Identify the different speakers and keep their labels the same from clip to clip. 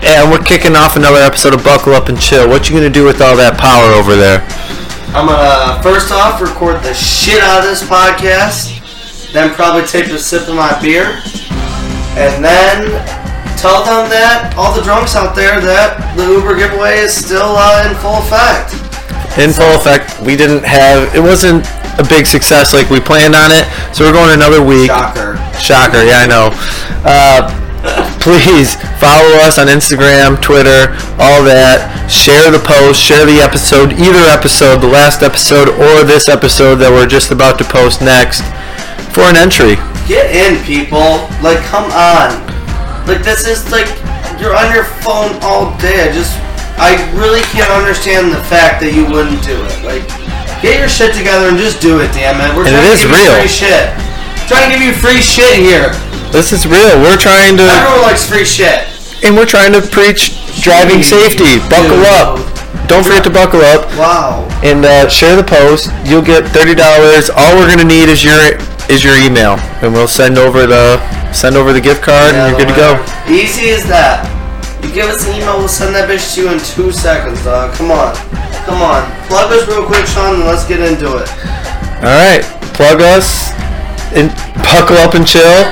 Speaker 1: and we're kicking off another episode of Buckle Up and Chill. What you gonna do with all that power over there?
Speaker 2: I'm gonna uh, first off record the shit out of this podcast, then probably take a sip of my beer, and then tell them that all the drunks out there that the Uber giveaway is still uh, in full effect.
Speaker 1: In full effect, we didn't have. It wasn't a big success like we planned on it, so we're going another week.
Speaker 2: Shocker.
Speaker 1: Shocker, yeah, I know. Uh, please follow us on Instagram, Twitter, all that. Share the post, share the episode, either episode, the last episode, or this episode that we're just about to post next for an entry.
Speaker 2: Get in, people. Like, come on. Like, this is like you're on your phone all day. I just, I really can't understand the fact that you wouldn't do it. Like, get your shit together and just do it, damn it. We're
Speaker 1: And it
Speaker 2: trying
Speaker 1: is
Speaker 2: to give
Speaker 1: real.
Speaker 2: you free shit. trying to give you free shit here.
Speaker 1: This is real. We're trying to,
Speaker 2: Everyone likes free shit.
Speaker 1: and we're trying to preach driving safety. Buckle up. Don't forget to buckle up.
Speaker 2: Wow.
Speaker 1: and uh, share the post. You'll get thirty dollars. All we're gonna need is your is your email, and we'll send over the send over the gift card, and you're good to go.
Speaker 2: go. Easy as that. You give us an email, we'll send that bitch to you in two seconds, dog. Come on. Come on. Plug us real quick, Sean, and let's get into it.
Speaker 1: All right, plug us and buckle up and chill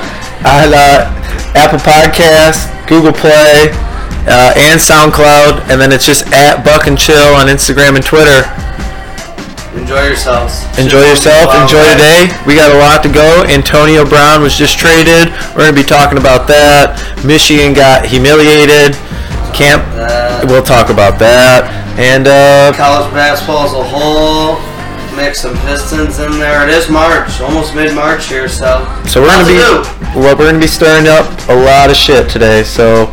Speaker 1: on uh, Apple Podcasts, Google Play, uh, and SoundCloud, and then it's just at Buck and Chill on Instagram and Twitter.
Speaker 2: Enjoy yourselves.
Speaker 1: Enjoy yourself. Enjoy your
Speaker 2: today.
Speaker 1: day. We got a lot to go. Antonio Brown was just traded. We're gonna be talking about that. Michigan got humiliated. Camp. We'll talk about that. And uh,
Speaker 2: college basketball as a whole. Mix some Pistons in there. It is March, almost mid-March here, so.
Speaker 1: so we're gonna
Speaker 2: Lots
Speaker 1: be
Speaker 2: to do.
Speaker 1: well, we're gonna be stirring up a lot of shit today. So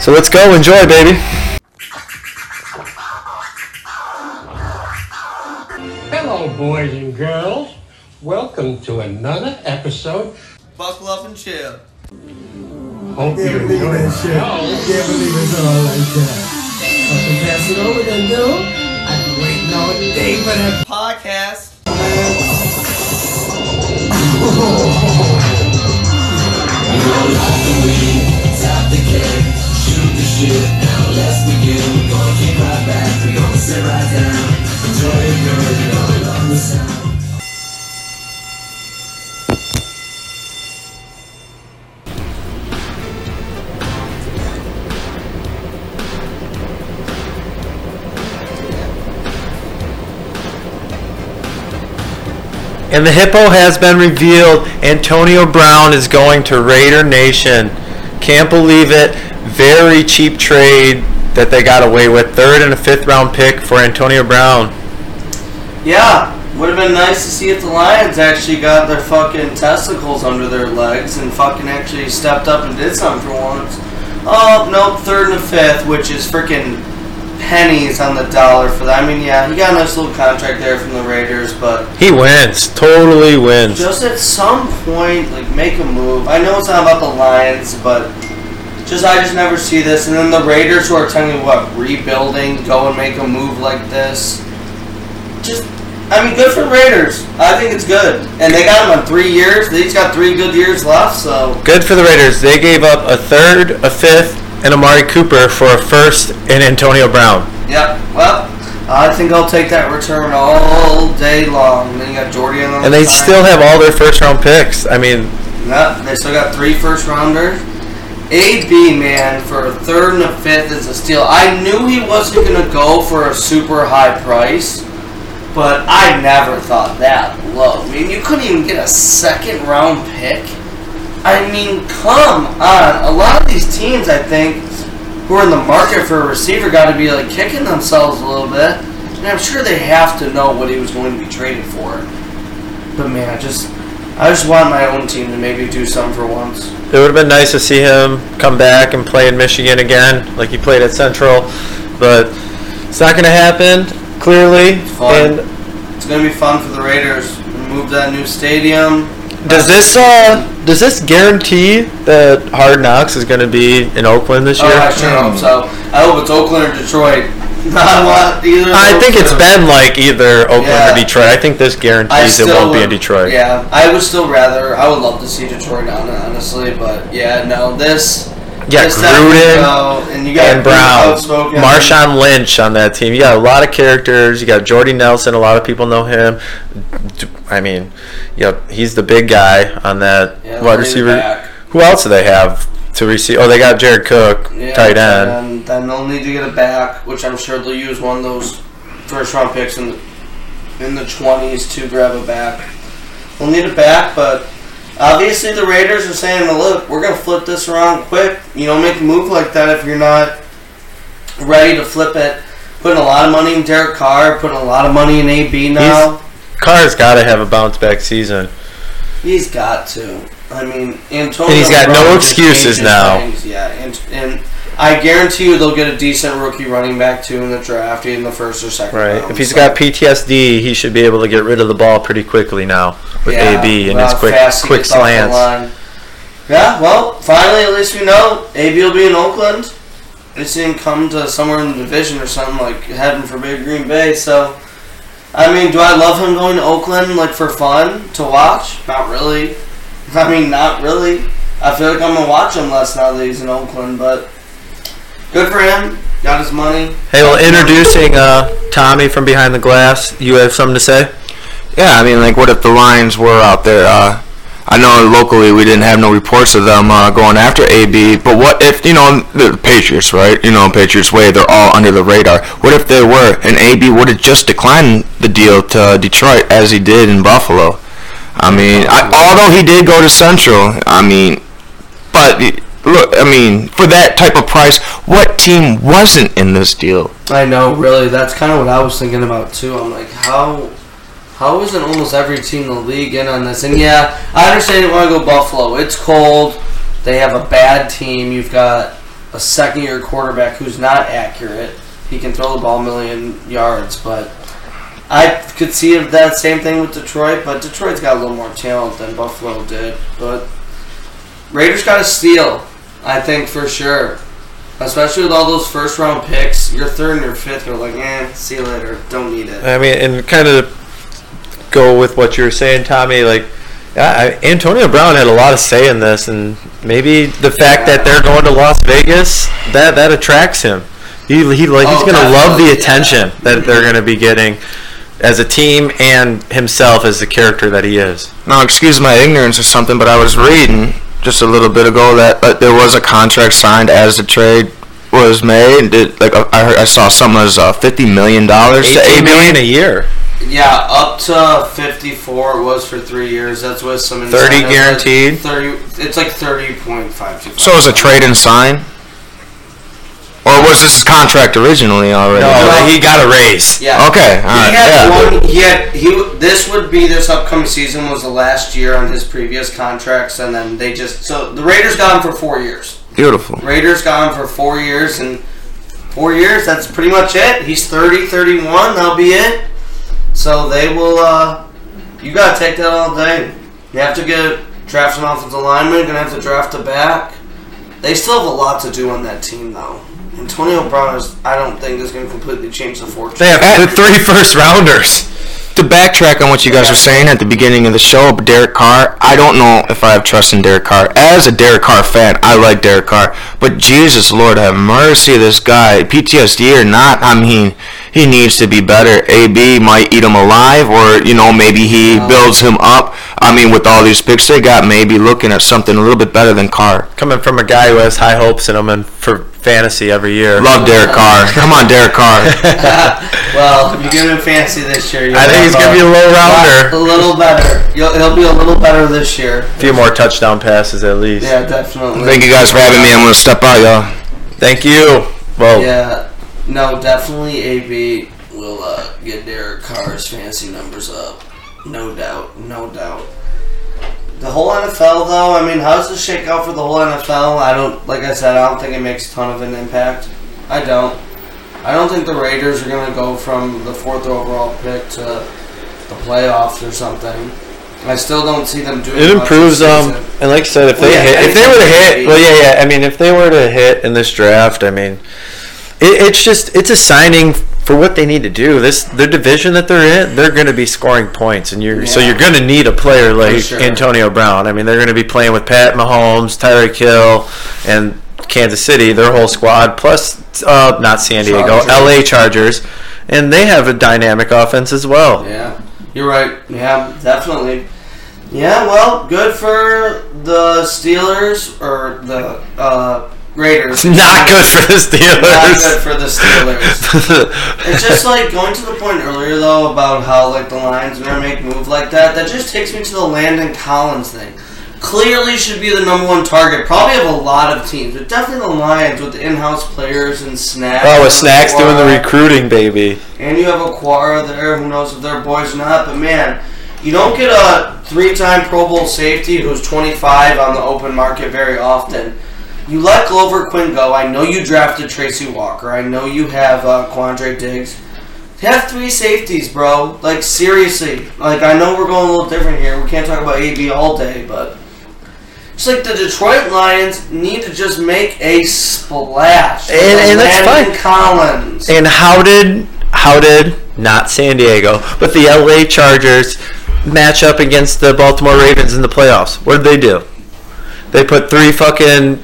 Speaker 1: so let's go. Enjoy, baby.
Speaker 3: Hello, boys and girls. Welcome to another episode.
Speaker 2: Buckle up and chill.
Speaker 3: Hope you
Speaker 4: Can't believe
Speaker 3: enjoy
Speaker 4: that
Speaker 3: the
Speaker 4: shit.
Speaker 3: show.
Speaker 4: Can't believe it's all like that. Fucking pass it over then, dude. I've been waiting all day for that.
Speaker 2: Podcast.
Speaker 1: And the hippo has been revealed. Antonio Brown is going to Raider Nation. Can't believe it. Very cheap trade that they got away with. Third and a fifth round pick for Antonio Brown.
Speaker 2: Yeah, would have been nice to see if the Lions actually got their fucking testicles under their legs and fucking actually stepped up and did something for once. Oh, nope, third and a fifth, which is freaking pennies on the dollar for that. I mean, yeah, he got a nice little contract there from the Raiders, but
Speaker 1: He wins. Totally wins.
Speaker 2: just at some point, like make a move. I know it's not about the Lions, but just I just never see this. And then the Raiders, who are technically what rebuilding, go and make a move like this. Just, I mean, good for Raiders. I think it's good, and they got him on three years. They each got three good years left, so
Speaker 1: Good for the Raiders. They gave up a third, a fifth, and Amari Cooper for a first and Antonio Brown.
Speaker 2: yeah. Well, I think I'll take that return all day long. And then you got Jordy on the
Speaker 1: And they
Speaker 2: side.
Speaker 1: still have all their first round picks. I mean,
Speaker 2: Yep, they still got three first rounders. AB man for a third and a fifth is a steal. I knew he wasn't gonna go for a super high price, but I never thought that low. I mean, you couldn't even get a second round pick. I mean, come on. A lot of these teams, I think, who are in the market for a receiver, got to be like kicking themselves a little bit. And I'm sure they have to know what he was going to be traded for. But man, I just, I just want my own team to maybe do something for once.
Speaker 1: it would have been nice to see him come back and play in Michigan again, like he played at Central. But it's not going to happen, clearly.
Speaker 2: fun.
Speaker 1: And
Speaker 2: It's gonna be fun for the Raiders. Move that new stadium.
Speaker 1: does this uh, does this guarantee that Hard Knocks is going to be in Oakland this
Speaker 2: Oh,
Speaker 1: year?
Speaker 2: I sure hope so. I hope it's Oakland or Detroit. Not want either. of
Speaker 1: I
Speaker 2: those
Speaker 1: think it's
Speaker 2: two.
Speaker 1: been like either Oakland
Speaker 2: Yeah.
Speaker 1: or Detroit. I think this
Speaker 2: I
Speaker 1: guarantees it
Speaker 2: still
Speaker 1: won't be
Speaker 2: would-
Speaker 1: in Detroit.
Speaker 2: Yeah, I would still rather. I would love to see Detroit on it, honestly. But yeah, no, this
Speaker 1: Yeah,
Speaker 2: This time you
Speaker 1: Gruden
Speaker 2: go, and you got
Speaker 1: and Brown,
Speaker 2: outspoken.
Speaker 1: Marshawn Lynch on that team. You got a lot of characters. You got Jordy Nelson. A lot of people know him. D- I mean, yep, he's the big guy on that
Speaker 2: Yeah,
Speaker 1: wide
Speaker 2: bring it
Speaker 1: receiver.
Speaker 2: back.
Speaker 1: Who else do they have to receive? Oh, they got Jared Cook,
Speaker 2: Yeah,
Speaker 1: tight end.
Speaker 2: And then they'll need to get it back, which I'm sure they'll use one of those first round picks in the, in the 20s to grab it back. They'll need it back, but obviously the Raiders are saying, well, look, we're going to flip this around quick. You don't make a move like that if you're not ready to flip it. Putting a lot of money in Derek Carr, putting a lot of money in AB now.
Speaker 1: Carr's got to have a bounce back season.
Speaker 2: He's got to. I mean, Antonio.
Speaker 1: And he's got no
Speaker 2: Brown just
Speaker 1: excuses
Speaker 2: changes
Speaker 1: now.
Speaker 2: things, Yeah, and, and I guarantee you they'll get a decent rookie running back too in the draft, in the first or second.
Speaker 1: Right.
Speaker 2: round,
Speaker 1: If he's
Speaker 2: so-
Speaker 1: got PTSD, he should be able to get rid of the ball pretty quickly now with
Speaker 2: Yeah,
Speaker 1: AB and
Speaker 2: how
Speaker 1: his quick
Speaker 2: fast he
Speaker 1: quick
Speaker 2: gets off the
Speaker 1: slants.
Speaker 2: line. Yeah. Well, finally, at least we know AB will be in Oakland. It's didn't come to somewhere in the division or something like heaven forbid Green Bay. So, I mean, do I love him going to Oakland like for fun to watch? Not really. I mean, not really. I feel like I'm gonna watch him less now that he's in Oakland, but good for him. Got his money.
Speaker 1: Hey, well, introducing uh, Tommy from behind the glass. You have something to say?
Speaker 5: Yeah, I mean, like, what if the Lions were out there? Uh, I know locally we didn't have no reports of them uh, going after AB, but what if, you know, the Patriots, right? You know, Patriots way, they're all under the radar. What if they were, and AB would have just declined the deal to Detroit as he did in Buffalo? I mean, I, although he did go to Central, I mean, but look, I mean, for that type of price, what team wasn't in this deal?
Speaker 2: I know, really. That's kind of what I was thinking about too. I'm like, how, how isn't almost every team in the league in on this? And yeah, I understand you want to go Buffalo. It's cold. They have a bad team. You've got a second-year quarterback who's not accurate. He can throw the ball a million yards, but I could see if that same thing with Detroit. But Detroit's got a little more talent than Buffalo did. But Raiders got a steal, I think for sure. Especially with all those first round picks, your third and your fifth are like, eh, see you later. Don't need it.
Speaker 1: I mean, and kind of go with what you were saying, Tommy. Like, I, I- Antonio Brown had a lot of say in this, and maybe the fact that they're going to Las Vegas that that attracts him. He, he like he's
Speaker 2: Oh,
Speaker 1: gonna love
Speaker 2: definitely,
Speaker 1: the
Speaker 2: yeah.
Speaker 1: attention that they're gonna be getting as a team and himself as the character that he is.
Speaker 5: Now, excuse my ignorance or something, but I was reading just a little bit ago that uh, there was a contract signed as the trade was made. It, like uh, I, heard, I saw something as uh, fifty million dollars to
Speaker 1: Eighteen
Speaker 5: AB.
Speaker 1: million a year,
Speaker 2: Yeah, up to 54 it was for three years. That's with some
Speaker 1: 30
Speaker 2: incentives.
Speaker 1: guaranteed?
Speaker 2: 30, it's like 30.525.
Speaker 5: So is a trade and sign, or was this contract originally already?
Speaker 1: no, he got a raise.
Speaker 2: Yeah.
Speaker 5: Okay, all right,
Speaker 2: He had
Speaker 5: yeah.
Speaker 2: one. He had he. w- This would be this upcoming season was the last year on his previous contracts, and then they just so the Raiders got him for four years.
Speaker 5: Beautiful.
Speaker 2: Raiders got him for four years, and four years, that's pretty much it. He's 30, 31, that'll be it. So they will, uh, you got to take that all day. You have to get, draft an offensive lineman, you're going to have to draft a back. They still have a lot to do on that team, though. Antonio Brown is, I don't think, is going to completely change the fortune.
Speaker 1: They have the three first rounders.
Speaker 5: To backtrack on what you guys were saying at the beginning of the show, Derek Carr, I don't know if I have trust in Derek Carr. As a Derek Carr fan, I like Derek Carr, but Jesus Lord have mercy, this guy, PTSD or not, I mean, he needs to be better. AB might eat him alive, or you know maybe he
Speaker 1: Uh-huh.
Speaker 5: builds him up. I mean, with all these picks they got, maybe looking at something a little bit better than Carr.
Speaker 1: Coming from a guy who has high hopes in him and for fantasy every year.
Speaker 5: Love Derek Carr. Come on, Derek Carr.
Speaker 2: Well, if you give him fancy this year, you'll
Speaker 1: I think he's
Speaker 2: have
Speaker 1: gonna be a low
Speaker 2: a
Speaker 1: rounder.
Speaker 2: little better. You'll, he'll be a little better this year.
Speaker 1: A few more touchdown passes at least.
Speaker 2: Yeah, definitely.
Speaker 5: Thank you guys for having me. I'm gonna step out, y'all.
Speaker 1: Thank you. Well,
Speaker 2: Yeah, no, definitely AB will uh, get Derek Carr's fancy numbers up. No doubt, no doubt. The whole NFL, though, I mean, how's the shakeout for the whole NFL? I don't, like I said, I don't think it makes a ton of an impact. I don't. I don't think the Raiders are going to go from the fourth overall pick to the playoffs or something. I still don't see them doing
Speaker 1: it
Speaker 2: much
Speaker 1: improves um,
Speaker 2: this
Speaker 1: them.
Speaker 2: season.
Speaker 1: And like I said, if
Speaker 2: Well,
Speaker 1: they
Speaker 2: Oh, yeah,
Speaker 1: hit, if they were to
Speaker 2: anything
Speaker 1: hit,
Speaker 2: would
Speaker 1: well,
Speaker 2: be-
Speaker 1: yeah, yeah. I mean, if they were to hit in this draft, I mean, it, it's just it's a signing for what they need to do. This the division that they're in, they're going to be scoring points, and you're so
Speaker 2: Yeah.
Speaker 1: you're going to need a player like
Speaker 2: sure.
Speaker 1: Antonio Brown. I mean, they're going to be playing with Pat Mahomes, Tyreek Hill, and Kansas City, their whole squad, plus uh, not San Diego,
Speaker 2: Chargers.
Speaker 1: LA Chargers, and they have a dynamic offense as well.
Speaker 2: Yeah, you're right. Yeah, definitely. Yeah, well, good for the Steelers or the uh, Raiders.
Speaker 1: Not good for the Steelers.
Speaker 2: Not good for the Steelers. it's just like going to the point earlier though about how like the Lions never make move like that. That just takes me to the Landon Collins thing. Clearly should be the number one target. Probably of a lot of teams, but definitely the Lions with the in-house players and snacks.
Speaker 1: oh, with
Speaker 2: and
Speaker 1: Snacks doing the
Speaker 2: Aquara.
Speaker 1: recruiting, baby.
Speaker 2: And you have Aquara there, who knows if they're boys or not, but man, you don't get a three time Pro Bowl safety who's 25 on the open market very often. You let Glover Quinn go. I know you drafted Tracy Walker. I know you have uh, Quandre Diggs. Have three safeties, bro. Like, seriously. Like, I know we're going a little different here. We can't talk about AB all day, but. It's like the Detroit Lions need to just make a splash.
Speaker 1: And- and that's
Speaker 2: Landon
Speaker 1: fine.
Speaker 2: Collins.
Speaker 1: And how did how did not San Diego, but the LA Chargers match up against the Baltimore Ravens in the playoffs? What did they do? They put three fucking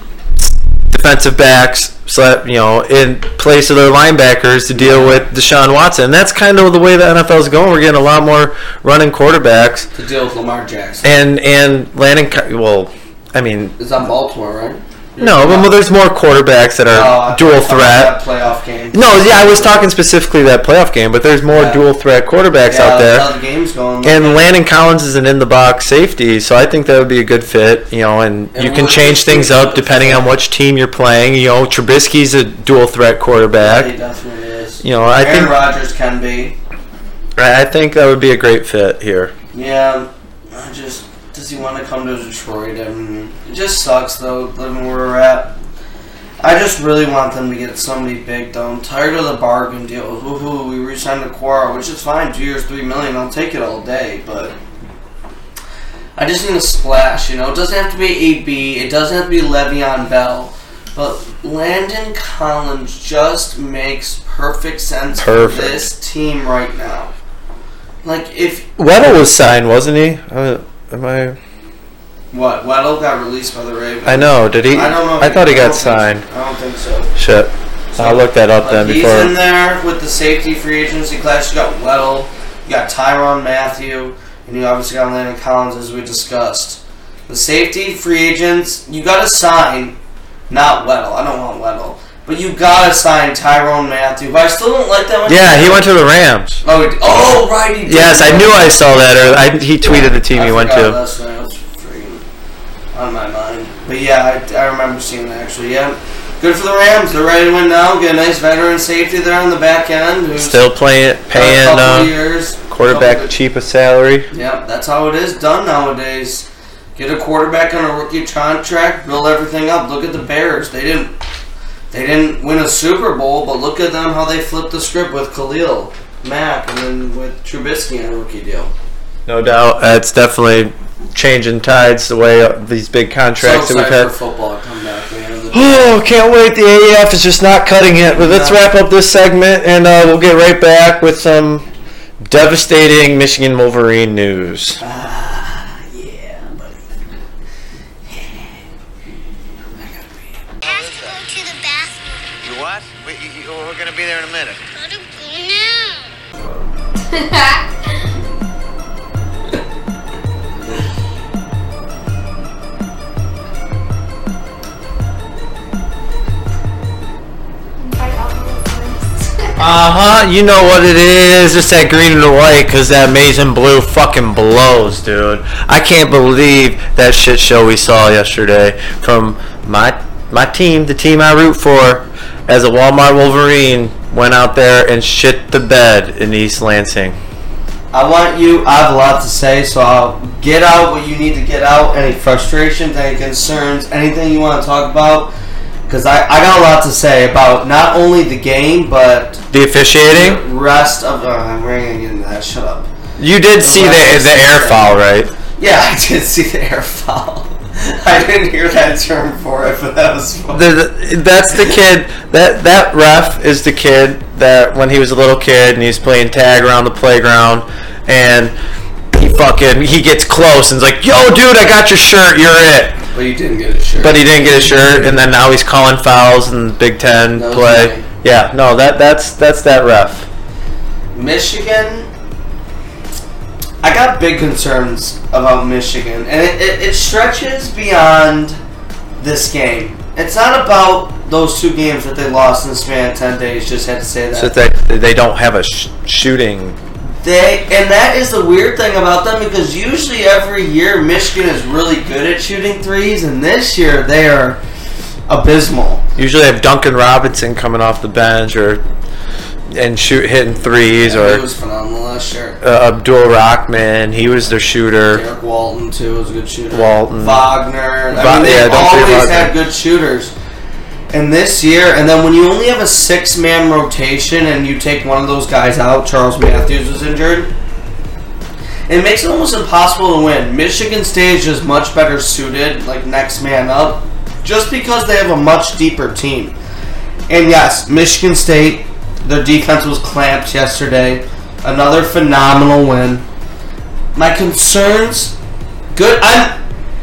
Speaker 1: defensive backs, sla- you know, in place of their linebackers to deal with Deshaun Watson. And that's kind of the way the NFL is going. We're getting a lot more running quarterbacks,
Speaker 2: to deal with Lamar Jackson.
Speaker 1: and and Landon. Ki- Well, I mean,
Speaker 2: It's on Baltimore, right?
Speaker 1: no, but well, there's more quarterbacks that
Speaker 2: Uh,
Speaker 1: are dual
Speaker 2: talking
Speaker 1: threat.
Speaker 2: about that playoff game.
Speaker 1: No, yeah, I was talking specifically that playoff game, but there's more
Speaker 2: Yeah.
Speaker 1: dual threat quarterbacks
Speaker 2: yeah,
Speaker 1: out
Speaker 2: That's
Speaker 1: there.
Speaker 2: how the game's going.
Speaker 1: And Landon Collins is an in the box safety, so I think that would be a good fit, you know, and,
Speaker 2: And
Speaker 1: you can
Speaker 2: what-
Speaker 1: change things up depending on which team you're playing. You know, Trubisky's a dual threat
Speaker 2: he
Speaker 1: quarterback.
Speaker 2: definitely is.
Speaker 1: You know, I
Speaker 2: Aaron
Speaker 1: think
Speaker 2: Rodgers can be.
Speaker 1: I think that would be a great fit here.
Speaker 2: Yeah, I just does he want to come to Detroit? I mean, it just sucks though, living where we're at. I just really want them to get somebody big though. I'm tired of the bargain deal. Hoo hoo, we re-signed Aquara, which is fine. Two years, three million. I'll take it all day, but. I just need a splash, you know. It doesn't have to be AB. It doesn't have to be Le'Veon Bell, but Landon Collins just makes perfect sense
Speaker 1: Perfect.
Speaker 2: for this team right now. Like if
Speaker 1: Weddle was signed, wasn't he? Uh, am I?
Speaker 2: What? Weddle got released by the Ravens.
Speaker 1: I know. Did he?
Speaker 2: I don't know.
Speaker 1: I thought he
Speaker 2: don't
Speaker 1: got
Speaker 2: think-
Speaker 1: signed.
Speaker 2: I don't think so.
Speaker 1: Shit. I'll look that up
Speaker 2: Like,
Speaker 1: then
Speaker 2: he's
Speaker 1: before.
Speaker 2: in there with the safety free agency class. You got Weddle, you got Tyron Matthew, and you obviously got Landon Collins as we discussed. The safety free agents, you got to sign, not Weddle. I don't want Weddle, but you got to sign Tyrone Matthew. But I still don't like that one.
Speaker 1: Yeah, he went to the Rams.
Speaker 2: Oh, he- oh, right. He did.
Speaker 1: Yes, I knew I saw that. Or I, he tweeted the team
Speaker 2: I
Speaker 1: he went
Speaker 2: forgot
Speaker 1: to.
Speaker 2: Last night I was freaking on my mind. But yeah, I, I remember seeing that actually. Yeah, good for the Rams. They're ready to win now. Get a nice veteran safety there on the back end. Who's
Speaker 1: Still playing,
Speaker 2: got a
Speaker 1: paying
Speaker 2: couple
Speaker 1: uh,
Speaker 2: years,
Speaker 1: quarterback
Speaker 2: Couple-
Speaker 1: cheap a salary.
Speaker 2: Yep, that's how it is done nowadays. Get a quarterback on a rookie contract, build everything up. Look at the Bears. They didn't. They didn't win a Super Bowl, but look at them how they flipped the script with Khalil Mack and then with Trubisky on a rookie deal.
Speaker 1: No doubt, uh, it's definitely changing tides the way uh, these big contracts
Speaker 2: so
Speaker 1: that we've
Speaker 2: excited
Speaker 1: had.
Speaker 2: for football to come back. man. The-
Speaker 1: Oh, can't wait! The AEF is just not cutting it. But let's
Speaker 2: No.
Speaker 1: wrap up this segment, and uh, we'll get right back with some devastating Michigan Wolverine news.
Speaker 2: Yeah, buddy.
Speaker 6: I have to go to the bathroom.
Speaker 7: You what? We, you, you- we're gonna be there in a minute.
Speaker 6: I want to go now.
Speaker 1: Uh huh. You know what it is? It's that green and the white, cause that maize and blue fucking blows, dude. I can't believe that shit show we saw yesterday from my my team, the team I root for, as a Walmart Wolverine went out there and shit the bed in East Lansing.
Speaker 2: I want you. I have a lot to say, so I'll get out what you need to get out. Any frustrations, any concerns, anything you want to talk about, because I, I got a lot to say about not only the game but
Speaker 1: The
Speaker 2: the
Speaker 1: officiating?
Speaker 2: rest of. Uh, I'm ringing into that. Shut up.
Speaker 1: You did see the the air foul, right?
Speaker 2: Yeah, I did see the air foul. I didn't hear that term for it, but that was fun.
Speaker 1: The, the- that's the kid. That that ref is the kid that when he was a little kid and he's playing tag around the playground, and he fucking he gets close and's like, "Yo, dude, I got your shirt. You're it."
Speaker 2: But he didn't get a shirt.
Speaker 1: But he didn't get a shirt, and then now he's calling fouls in Big Ten
Speaker 2: That was
Speaker 1: play.
Speaker 2: funny.
Speaker 1: Yeah, no, that that's that's that ref.
Speaker 2: Michigan. I got big concerns about Michigan, and it, it, it stretches beyond this game. It's not about those two games that they lost in the span of 10 days, just had to say that.
Speaker 1: So that they don't have a sh- shooting.
Speaker 2: They and that is the weird thing about them because usually every year Michigan is really good at shooting threes, and this year they are abysmal.
Speaker 1: Usually, have Duncan Robinson coming off the bench or and shoot hitting threes
Speaker 2: It
Speaker 1: or
Speaker 2: was phenomenal last year.
Speaker 1: uh, Abdul Rockman. He was their shooter.
Speaker 2: Eric Walton too was a good shooter.
Speaker 1: Walton.
Speaker 2: Wagner. I
Speaker 1: Va-
Speaker 2: mean, they
Speaker 1: yeah, don't forget
Speaker 2: always
Speaker 1: Wagner.
Speaker 2: had good shooters. And this year, and then when you only have a six-man rotation, and you take one of those guys out, Charles Matthews was injured. It makes it almost impossible to win. Michigan State is just much better suited, like next man up, just because they have a much deeper team. And yes, Michigan State, their defense was clamped yesterday. Another phenomenal win. My concerns, good. I'm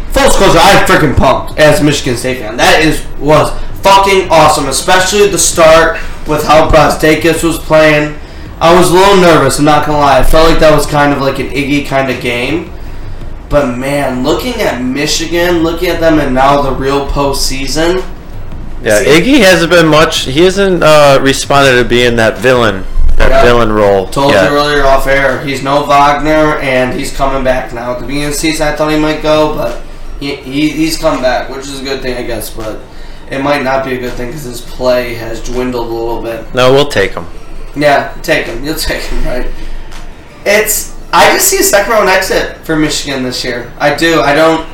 Speaker 2: full disclosure. I'm freaking pumped as a Michigan State fan. That is was fucking awesome, especially the start with how Brastakis was playing. I was a little nervous. I'm not gonna lie. I felt like that was kind of like an Iggy kind of game. But man, looking at Michigan, looking at them, and now the real postseason.
Speaker 1: Yeah, Iggy hasn't been much. He hasn't uh, responded to being that villain, that
Speaker 2: Yeah.
Speaker 1: villain role.
Speaker 2: Told
Speaker 1: yet.
Speaker 2: you earlier off air, he's no Wagner, and he's coming back now. At the beginning of the season, I thought he might go, but he, he, he's come back, which is a good thing, I guess. But it might not be a good thing because his play has dwindled a little bit.
Speaker 1: No, we'll take him.
Speaker 2: Yeah, take him. You'll take him, right? It's. I just see a second round exit for Michigan this year. I do. I don't.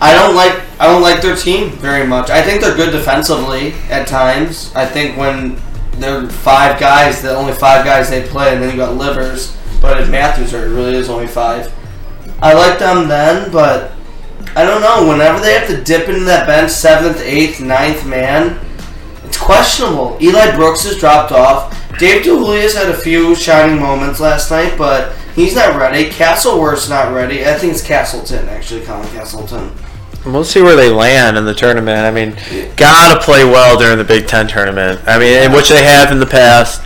Speaker 2: I don't like. I don't like their team very much. I think they're good defensively at times. I think when they're five guys, the only five guys they play, and then you got Livers. But if Matthews are, it really is only five. I like them then, but I don't know. Whenever they have to dip into that bench, seventh, eighth, ninth man, it's questionable. Eli Brooks has dropped off. Dave DeJulius had a few shining moments last night, but he's not ready. Castleworth's not ready. I think it's Castleton, actually, Colin Castleton.
Speaker 1: We'll see where they land in the tournament. I mean, gotta play well during the Big Ten tournament. I mean, and which they have in the past.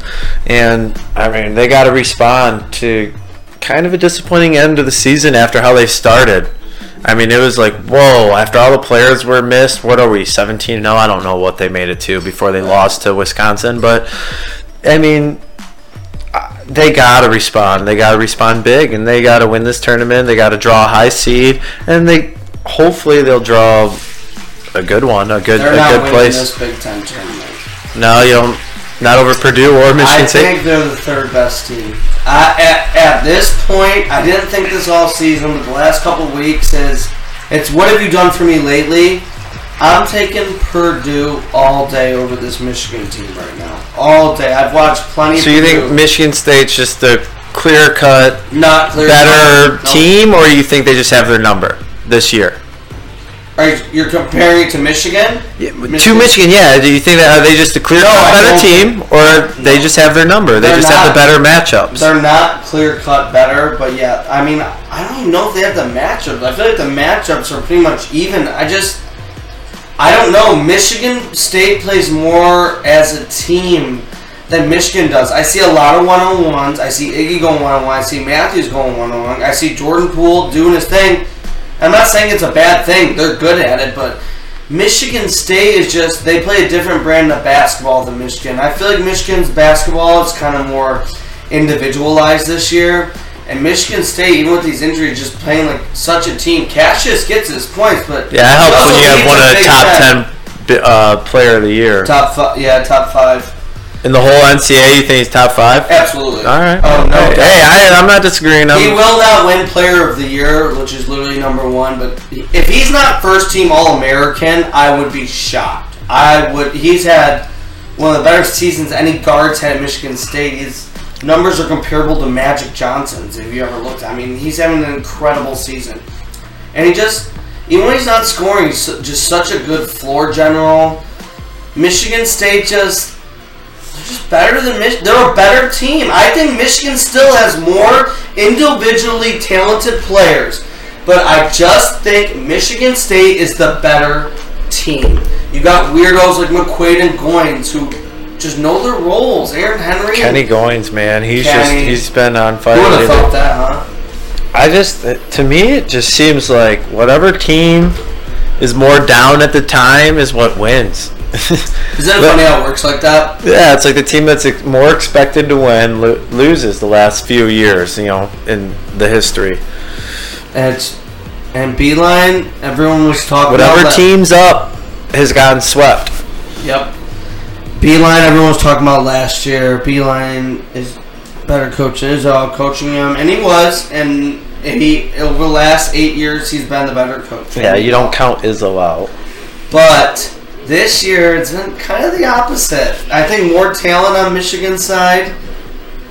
Speaker 1: And I mean, they gotta respond to kind of a disappointing end of the season after how they started. I mean, it was like, whoa! After all the players were missed, what are we, seventeen? No, I don't know what they made it to before they lost to Wisconsin. But I mean, uh, they gotta respond. They gotta respond big, and they gotta win this tournament. They gotta draw a high seed, and they hopefully they'll draw a good one, a good,
Speaker 2: They're
Speaker 1: a
Speaker 2: not
Speaker 1: good
Speaker 2: winning
Speaker 1: place.
Speaker 2: this Big Ten tournament.
Speaker 1: No, you don't. Not over Purdue or Michigan
Speaker 2: I
Speaker 1: State.
Speaker 2: think they're the third best team. I, at, at this point, I didn't think this all season, but the last couple weeks is it's what have you done for me lately? I'm taking Purdue all day over this Michigan team right now. All day. I've watched plenty.
Speaker 1: so you
Speaker 2: of
Speaker 1: think
Speaker 2: Purdue.
Speaker 1: Michigan State's just a clear cut
Speaker 2: not clear
Speaker 1: better
Speaker 2: cut. No.
Speaker 1: team, or you think they just have their number this year?
Speaker 2: Are you, you're comparing it to Michigan?
Speaker 1: Yeah, To
Speaker 2: Michigan-
Speaker 1: Michigan, yeah. Do you think that are they just a clear
Speaker 2: I
Speaker 1: cut better
Speaker 2: don't-
Speaker 1: team, or they
Speaker 2: No.
Speaker 1: just have their number? They
Speaker 2: They're
Speaker 1: just have the
Speaker 2: not.
Speaker 1: better matchups.
Speaker 2: They're not clear cut better, but yeah, I mean, I don't even know if they have the matchups. I feel like the matchups are pretty much even. I just, I don't know. Michigan State plays more as a team than Michigan does. I see a lot of one on ones. I see Iggy going one on one. I see Matthews going one on one. I see Jordan Poole doing his thing. I'm not saying it's a bad thing. They're good at it, but Michigan State is just they play a different brand of basketball than Michigan. I feel like Michigan's basketball is kind of more individualized this year. And Michigan State, even with these injuries, just playing like such a team. Cassius gets his points, but
Speaker 1: Yeah, it
Speaker 2: he
Speaker 1: helps
Speaker 2: also
Speaker 1: when you have
Speaker 2: leads
Speaker 1: one of the
Speaker 2: Big
Speaker 1: top
Speaker 2: Ten.
Speaker 1: ten bi- uh, player of the year
Speaker 2: Top five, yeah, top five,
Speaker 1: in the whole NCAA. You think he's top five?
Speaker 2: absolutely.
Speaker 1: All right.
Speaker 2: Oh no,
Speaker 1: Hey, hey, I, I'm not disagreeing.
Speaker 2: he
Speaker 1: I'm,
Speaker 2: will not win Player of the Year, which is literally number one. But if he's not first team All American, I would be shocked. I would. He's had one of the better seasons any guards had at Michigan State. His numbers are comparable to Magic Johnson's. If you ever looked, I mean, he's having an incredible season, and he just even when he's not scoring, he's su- just such a good floor general. Michigan State just just better than Michigan. They're a better team. I think Michigan still has more individually talented players. but I just think Michigan State is the better team. You got weirdos like McQuaid and Goins who just know their roles. Aaron Henry.
Speaker 1: Kenny Goins, man, he's just
Speaker 2: Kenny.
Speaker 1: he's been on fire.
Speaker 2: who would have
Speaker 1: lately.
Speaker 2: thought that, huh?
Speaker 1: I just, to me, it just seems like whatever team is more down at the time is what wins.
Speaker 2: Is that
Speaker 1: But-
Speaker 2: funny how it works like that?
Speaker 1: Yeah, it's like the team that's ex- more expected to win lo- loses the last few years, you know, in the history.
Speaker 2: And it's, and Beeline, everyone was talking about
Speaker 1: Whatever
Speaker 2: that-
Speaker 1: team's up has gotten swept.
Speaker 2: Yep. Beeline, everyone was talking about last year. Beeline is better coach than Izzo coaching him, and he was. And he over the last eight years, he's been the better coach.
Speaker 1: Yeah, you don't count Izzo out.
Speaker 2: But this year, it's been kind of the opposite. I think more talent on Michigan's side,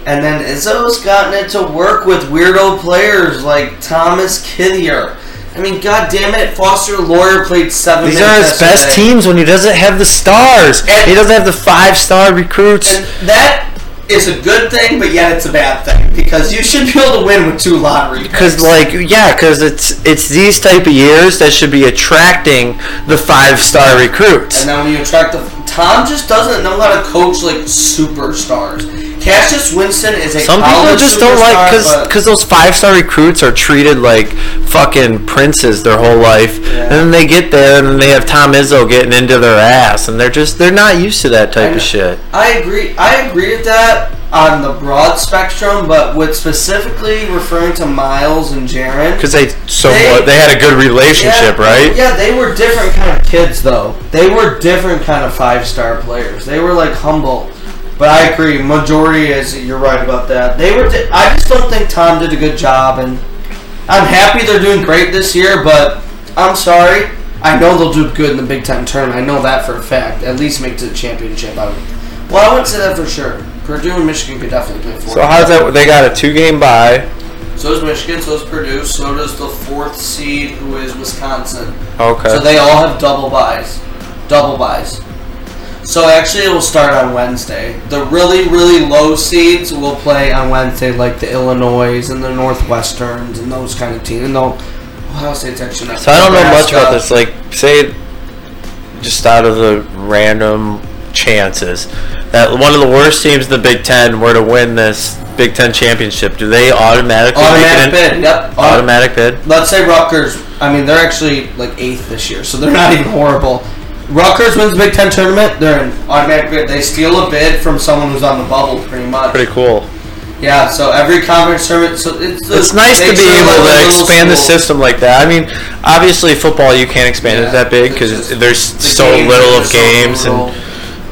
Speaker 2: and then Izzo's gotten it to work with weirdo players like Thomas Kithier. I mean, god damn it, Foster Lawyer played seven.
Speaker 1: These are
Speaker 2: minutes
Speaker 1: his best
Speaker 2: yesterday.
Speaker 1: teams when he doesn't have the stars.
Speaker 2: And-
Speaker 1: he doesn't have the five-star recruits.
Speaker 2: And that is a good thing, but yet it's a bad thing because you should be able to win with two lottery.
Speaker 1: Cause like yeah, cause it's it's these type of years that should be attracting the five-star recruits.
Speaker 2: And then when you attract the Tom just doesn't know how to coach like superstars. Cassius Winston is a
Speaker 1: Some people
Speaker 2: college
Speaker 1: just don't like
Speaker 2: superstar,
Speaker 1: because
Speaker 2: but-
Speaker 1: those five star recruits are treated like fucking princes their whole life, and then they get there and they have Tom Izzo getting into their ass, and they're just they're not used to that type
Speaker 2: know.
Speaker 1: of shit.
Speaker 2: I agree. I agree with that on the broad spectrum, but with specifically referring to Miles and Jaron.
Speaker 1: Because they somewhat
Speaker 2: They-
Speaker 1: they, had a good relationship, right?
Speaker 2: Yeah, they were different kind of kids though. They were different kind of five star players. They were like humble. But I agree, majority is you're right about that. They were. Di- I just don't think Tom did a good job, and I'm happy they're doing great this year. But I'm sorry, I know they'll do good in the Big Ten tournament. I know that for a fact. At least make it to the championship. I would. Well, I wouldn't say that for sure. Purdue and Michigan could definitely play for.
Speaker 1: So how's that? They got a two game bye.
Speaker 2: So is Michigan. So is Purdue. So does the fourth seed, who is Wisconsin.
Speaker 1: Okay.
Speaker 2: So they all have double buys. Double buys. So actually, it will start on Wednesday. The really, really low seeds will play on Wednesday, like the Illinois and the Northwesterns and those kind of teams. And they'll- Ohio State's actually not.
Speaker 1: so I don't know much
Speaker 2: Nebraska.
Speaker 1: about this. Like say, just out of the random chances that one of the worst teams in the Big Ten were to win this Big Ten championship, do they automatically make it
Speaker 2: Automatic
Speaker 1: in-
Speaker 2: bid. Yep.
Speaker 1: Automatic bid.
Speaker 2: Let's say Rutgers. I mean, they're actually like eighth this year, so they're not even horrible. Rutgers wins the Big Ten tournament. They're in automatic bid. They steal a bid from someone who's on the bubble, pretty much.
Speaker 1: Pretty cool.
Speaker 2: Yeah, so every conference tournament. So it's,
Speaker 1: It's nice to
Speaker 2: makes
Speaker 1: be
Speaker 2: it
Speaker 1: able
Speaker 2: like a
Speaker 1: to
Speaker 2: little
Speaker 1: expand the
Speaker 2: uh, school.
Speaker 1: system like that. I mean, obviously football you can't expand
Speaker 2: Yeah,
Speaker 1: it that big
Speaker 2: it's
Speaker 1: because
Speaker 2: just-
Speaker 1: there's
Speaker 2: the
Speaker 1: so
Speaker 2: games
Speaker 1: little
Speaker 2: are
Speaker 1: of
Speaker 2: so
Speaker 1: games
Speaker 2: brutal.
Speaker 1: and, and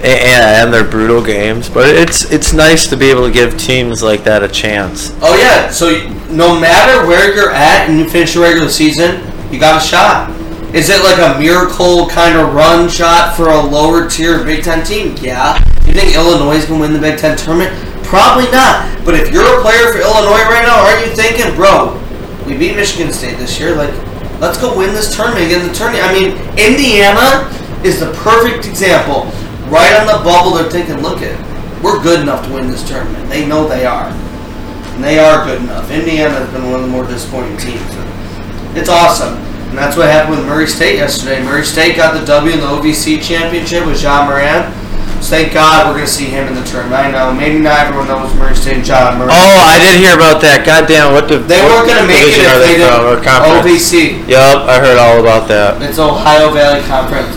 Speaker 1: and they're brutal games. But it's it's nice to be able to give teams like that a chance.
Speaker 2: Oh yeah, so you- no matter where you're at and you finish your regular season, you got a shot. Is it like a miracle kind of run shot for a lower tier Big Ten team? Yeah. You think Illinois can win the Big Ten tournament? Probably not. But if you're a player for Illinois right now, aren't you thinking, bro, we beat Michigan State this year, like let's go win this tournament, get in the tournament. I mean, Indiana is the perfect example. Right on the bubble, they're thinking, look it, we're good enough to win this tournament. They know they are. And they are good enough. Indiana's been one of the more disappointing teams. It's awesome. And that's what happened with Murray State yesterday. Murray State got the W in the OVC championship with John Moran. So thank God we're going to see him in the tournament. I know. Maybe not everyone knows Murray State and John Moran.
Speaker 1: Oh, I did hear about that. Goddamn, what the
Speaker 2: they weren't going to make it if they
Speaker 1: Or
Speaker 2: didn't.
Speaker 1: conference?
Speaker 2: OVC.
Speaker 1: Yep, I heard all about that.
Speaker 2: It's Ohio Valley Conference.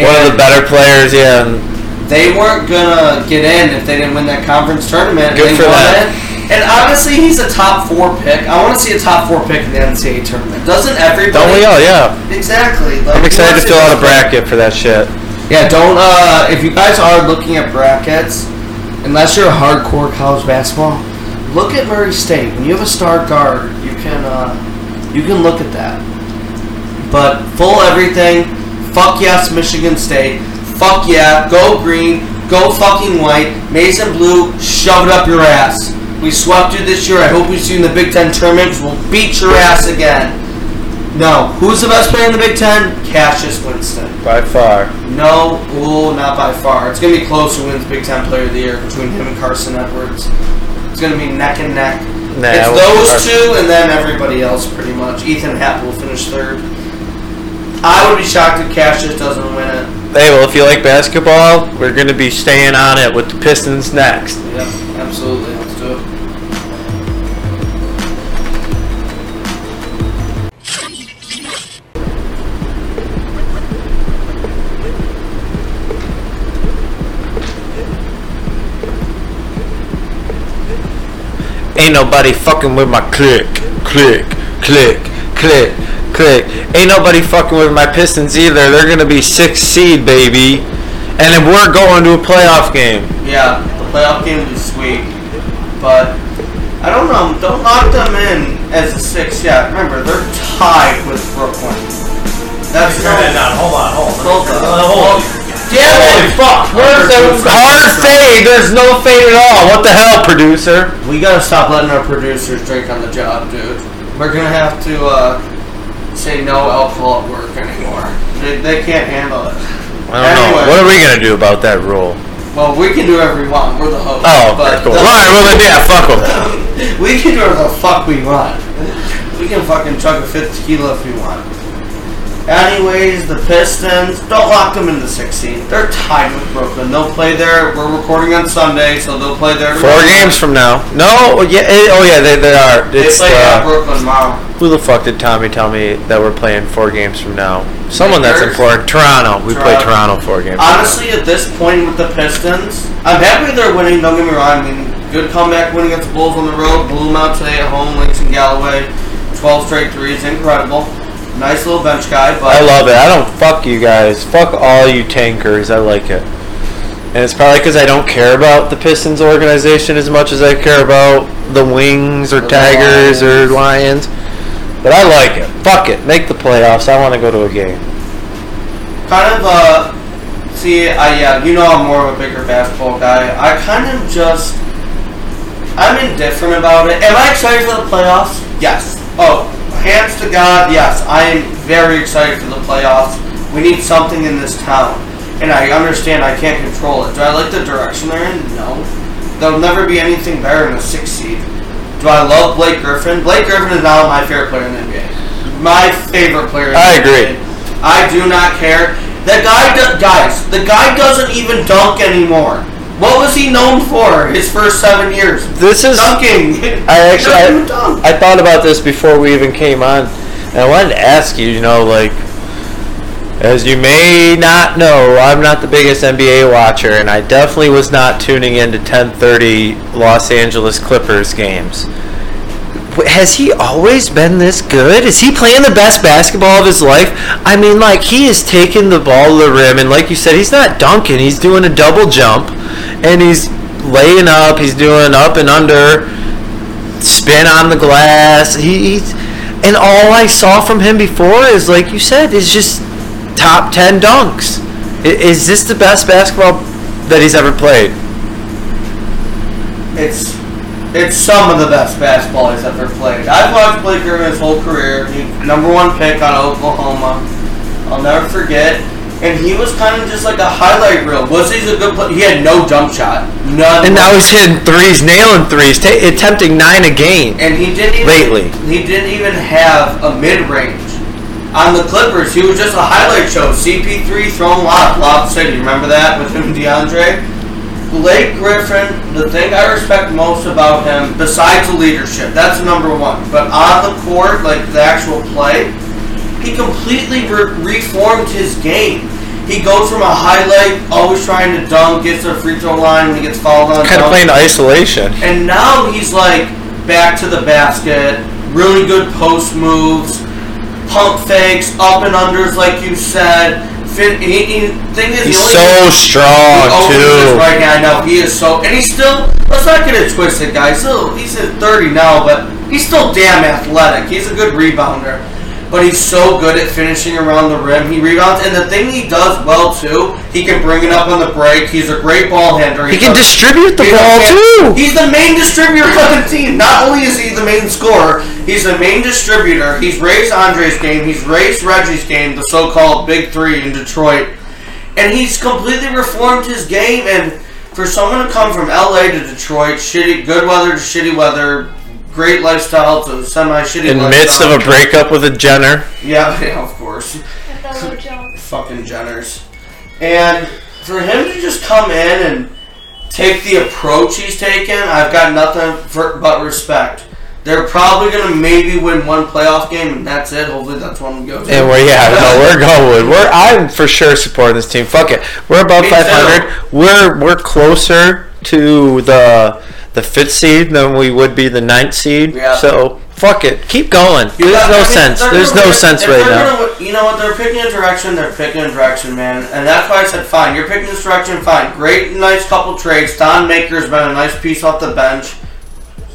Speaker 1: One of the
Speaker 2: And
Speaker 1: better players, yeah. and-
Speaker 2: they weren't gonna get in if they didn't win that conference tournament.
Speaker 1: Good
Speaker 2: they
Speaker 1: for
Speaker 2: won
Speaker 1: them.
Speaker 2: it. And honestly, he's a top four pick. I want to see a top four pick in the NCAA tournament. Doesn't everybody?
Speaker 1: Don't we all? Yeah.
Speaker 2: Exactly. Like,
Speaker 1: I'm
Speaker 2: you
Speaker 1: excited to
Speaker 2: wanna see
Speaker 1: fill out a
Speaker 2: those-
Speaker 1: bracket for that shit.
Speaker 2: Yeah, don't. Uh, if you guys are looking at brackets, unless you're a hardcore college basketball, look at Murray State. When you have a star guard, you can uh, you can look at that. But full everything. Fuck yes, Michigan State. Fuck yeah, go green, go fucking white. Mason blue, shove it up your ass. We swept you this year. I hope we see you in the Big Ten tournament. 'cause We'll beat your ass again. No, who's the best player in the Big Ten? Cassius Winston.
Speaker 1: By far.
Speaker 2: No, ooh, not by far. It's gonna be close who wins Big Ten Player of the Year between him and Carson Edwards. It's going to be neck and neck.
Speaker 1: Nah,
Speaker 2: it's
Speaker 1: I would-
Speaker 2: those two and then everybody else pretty much. Ethan Happ will finish third. I would be shocked if Cash just doesn't win it.
Speaker 1: Hey, well, if you like basketball, we're going to be staying on it with the Pistons next.
Speaker 2: Yep, absolutely. Let's do it.
Speaker 1: Ain't nobody fucking with my click, click, click, click, click. Ain't nobody fucking with my Pistons either. They're going to be six seed, baby. And then we're going to a playoff game.
Speaker 2: Yeah, the playoff game will be sweet. But I don't know. Don't lock them in as a six yet. Remember, they're tied with Brooklyn. That's
Speaker 8: Turn that down. Hold on, hold on.
Speaker 2: Hold on.
Speaker 8: Uh, hold on.
Speaker 2: Damn it! Fuck! Where's the
Speaker 1: Hard fade. There's no fade at all. What the hell, producer?
Speaker 2: We gotta stop letting our producers drink on the job, dude. We're gonna have to uh, say no alcohol at work anymore. They, they can't handle it.
Speaker 1: I don't know. What are we going to do about that rule?
Speaker 2: Well, we can do whatever we want. We're the host.
Speaker 1: Oh, okay,
Speaker 2: but
Speaker 1: cool.
Speaker 2: the-
Speaker 1: All right, well, then, yeah, fuck 'em.
Speaker 2: we can do whatever the fuck we want. We can fucking chug a fifth tequila if we want. Anyways, the Pistons, don't lock them into 16. They're tied with Brooklyn. They'll play there. We're recording on Sunday, so they'll play there.
Speaker 1: Four games from now. No, yeah, eh, oh yeah, they, they are.
Speaker 2: They
Speaker 1: It's
Speaker 2: play
Speaker 1: uh,
Speaker 2: at Brooklyn tomorrow.
Speaker 1: who the fuck did Tommy tell me that we're playing four games from now? Someone that's in
Speaker 2: Lakers?
Speaker 1: Florida, Toronto. We play
Speaker 2: Toronto.
Speaker 1: Toronto four games. from
Speaker 2: Honestly, at this point with the Pistons, I'm happy they're winning. Don't get me wrong. I mean, good comeback win against the Bulls on the road. Blew them out today at home. Links and Galloway, 12 straight threes, incredible. Nice little bench guy,
Speaker 1: now. I
Speaker 2: but
Speaker 1: love it. I don't fuck you guys. Fuck all you tankers. I like it. And it's probably because I don't care about the Pistons organization as much as I care about the Wings or
Speaker 2: The
Speaker 1: Tigers or Lions. But I like it. Fuck it. Make the playoffs. I want to go to a game.
Speaker 2: kind of uh, see, I yeah, you know, I'm more of a bigger basketball guy. I kind of just, I'm indifferent about it. Am I excited for the playoffs? Yes. Oh, hands to God, yes. I am very excited for the playoffs. We need something in this town. And I understand I can't control it. Do I like the direction they're in? No. There'll never be anything better than a six seed. Do I love Blake Griffin? Blake Griffin is now my favorite player in the NBA. My favorite player. In
Speaker 1: I
Speaker 2: the
Speaker 1: agree.
Speaker 2: NBA. I do not care. The guy, do- guys, the guy doesn't even dunk anymore. What was he known for his first seven years?
Speaker 1: This is
Speaker 2: Dunking.
Speaker 1: I actually,
Speaker 2: Not even dunk.
Speaker 1: I, I thought about this before we even came on, and I wanted to ask you, you know, like, as you may not know, I'm not the biggest NBA watcher, and I definitely was not tuning into 10:30 Los Angeles Clippers games. W- Has he always been this good? Is he playing the best basketball of his life? I mean, like he is taking the ball to the rim, and like you said, he's not dunking. He's doing a double jump, and he's laying up. He's doing up and under spin on the glass. He, he's, and all I saw from him before is like you said, is just top ten dunks. I- Is this the best basketball that he's ever played?
Speaker 2: It's it's some of the best basketball he's ever played. I've watched Blake Griffin his whole career. He, number one pick on Oklahoma. I'll never forget. And he was kind of just like a highlight reel. Was he a good player? He had no jump shot. None.
Speaker 1: And now he's hitting threes, nailing threes, ta attempting nine a game.
Speaker 2: And he didn't even,
Speaker 1: Lately.
Speaker 2: He didn't even have a mid range. On the Clippers, he was just a highlight show. CP3 throwing lob, lob city. Remember that with him, and DeAndre. Blake Griffin. The thing I respect most about him, besides the leadership, that's number one. But on the court, like the actual play, he completely re- reformed his game. He goes from a highlight, always trying to dunk, gets to the free throw line, when he gets fouled on.
Speaker 1: Kind of
Speaker 2: dunk.
Speaker 1: playing isolation.
Speaker 2: And now he's like back to the basket, really good post moves, pump fakes, up and unders, like you said. Fin- he, he, thing is,
Speaker 1: He's
Speaker 2: he
Speaker 1: so
Speaker 2: only Oh,
Speaker 5: Oh,
Speaker 2: he
Speaker 1: strong
Speaker 2: owns his
Speaker 1: too.
Speaker 2: right hand. I know he is so, and he's still. Let's not get it twisted, guys. Still, he's at 30 now, but he's still damn athletic. He's a good rebounder, but he's so good at finishing around the rim. He rebounds, and the thing he does well too, he can bring it up on the break. He's a great ball handler.
Speaker 1: He can
Speaker 2: does-
Speaker 1: distribute the
Speaker 2: He's
Speaker 1: ball
Speaker 2: a-
Speaker 1: too.
Speaker 2: He's the main distributor of the team. Not only is he the main scorer, he's the main distributor. He's raised Andre's game. He's raised Reggie's game, the so-called Big Three in Detroit, and he's completely reformed his game. And for someone to come from LA to Detroit, shitty good weather to shitty weather, great lifestyle to semi shitty
Speaker 1: In the midst of a breakup with a Jenner.
Speaker 2: yeah, yeah, of course. Fucking Jenners. And for him to just come in and take the approach he's taken, I've got nothing for, but respect. They're probably going to maybe win one playoff game, and that's it. Hopefully, that's one we go to.
Speaker 1: And we're yeah, no, we're going. We're I'm for sure supporting this team. Fuck it, we're above
Speaker 2: Me too.
Speaker 1: 500. We're we're closer to the the fifth seed than we would be the ninth seed.
Speaker 2: Yeah.
Speaker 1: So fuck it, keep going. There's
Speaker 2: Yeah, I
Speaker 1: no
Speaker 2: mean,
Speaker 1: sense.
Speaker 2: they're
Speaker 1: There's
Speaker 2: gonna
Speaker 1: no
Speaker 2: pick-
Speaker 1: sense
Speaker 2: if
Speaker 1: right
Speaker 2: they're
Speaker 1: now.
Speaker 2: gonna- you know what? They're picking a direction. They're picking a direction, man. And that's why I said, fine. You're picking this direction. Fine. Great, nice couple trades. Don Maker's been a nice piece off the bench.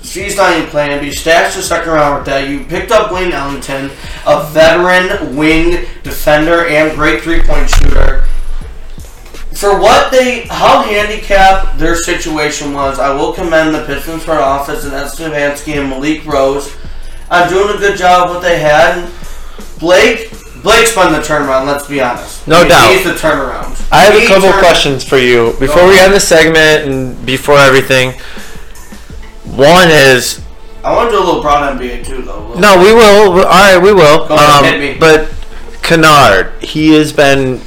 Speaker 2: He's not even playing. But you stashed the second round with that. You picked up Wayne Ellington, a veteran wing defender and great three point shooter. For what they, how handicapped their situation was, I will commend the Pistons front office and Ed Stefanski and Malik Rose on doing a good job of what they had. And Blake, Blake's been the turnaround. Let's be honest.
Speaker 1: No doubt.
Speaker 2: he's the turnaround.
Speaker 1: I have
Speaker 2: He
Speaker 1: a couple
Speaker 2: turned-
Speaker 1: questions for you before we
Speaker 2: ahead.
Speaker 1: end the segment and before everything. One is
Speaker 2: I want to do a little broad NBA too, though. a little-
Speaker 1: No, we will. All right, we will.
Speaker 2: Go ahead,
Speaker 1: um,
Speaker 2: hit me.
Speaker 1: But Kennard, he has been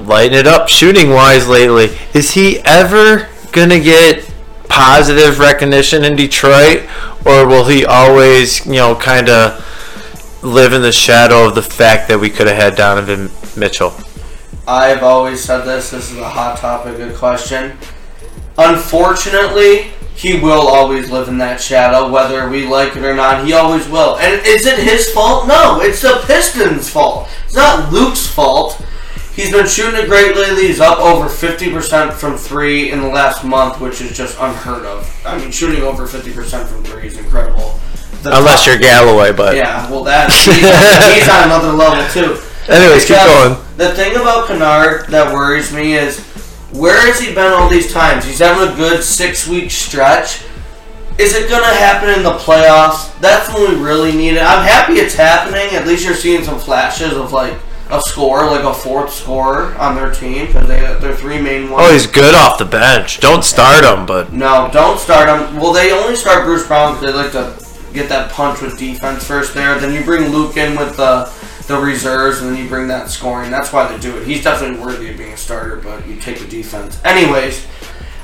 Speaker 1: lighting it up shooting wise lately. Is he ever gonna get positive recognition in Detroit, or will he always, you know, kind of live in the shadow of the fact that we could have had Donovan Mitchell?
Speaker 2: I've always said this. This is a hot topic, good question. Unfortunately, he will always live in that shadow, whether we like it or not. He always will. And is it his fault? No, it's the Pistons' fault. It's not Luke's fault. He's been shooting it great lately. He's up over 50% from three in the last month, which is just unheard of. I mean, shooting over 50% from three is incredible. The
Speaker 1: Unless
Speaker 2: top-
Speaker 1: you're Galloway, but
Speaker 2: yeah, well, that he's, on- he's on another level too.
Speaker 1: Anyways, keep
Speaker 2: Because
Speaker 1: going.
Speaker 2: The thing about Kennard that worries me is where has he been all these times? He's having a good six week stretch. Is it gonna happen in the playoffs? That's when we really need it. I'm happy it's happening. At least you're seeing some flashes of like a score, like a fourth scorer on their team because they their three main ones.
Speaker 1: oh, he's good off the bench. Don't start him, but
Speaker 2: No, don't start him. Well, they only start Bruce Brown because they like to get that punch with defense first there. Then you bring Luke in with the the reserves, and then you bring that scoring. That's why they do it. He's definitely worthy of being a starter, but you take the defense. Anyways,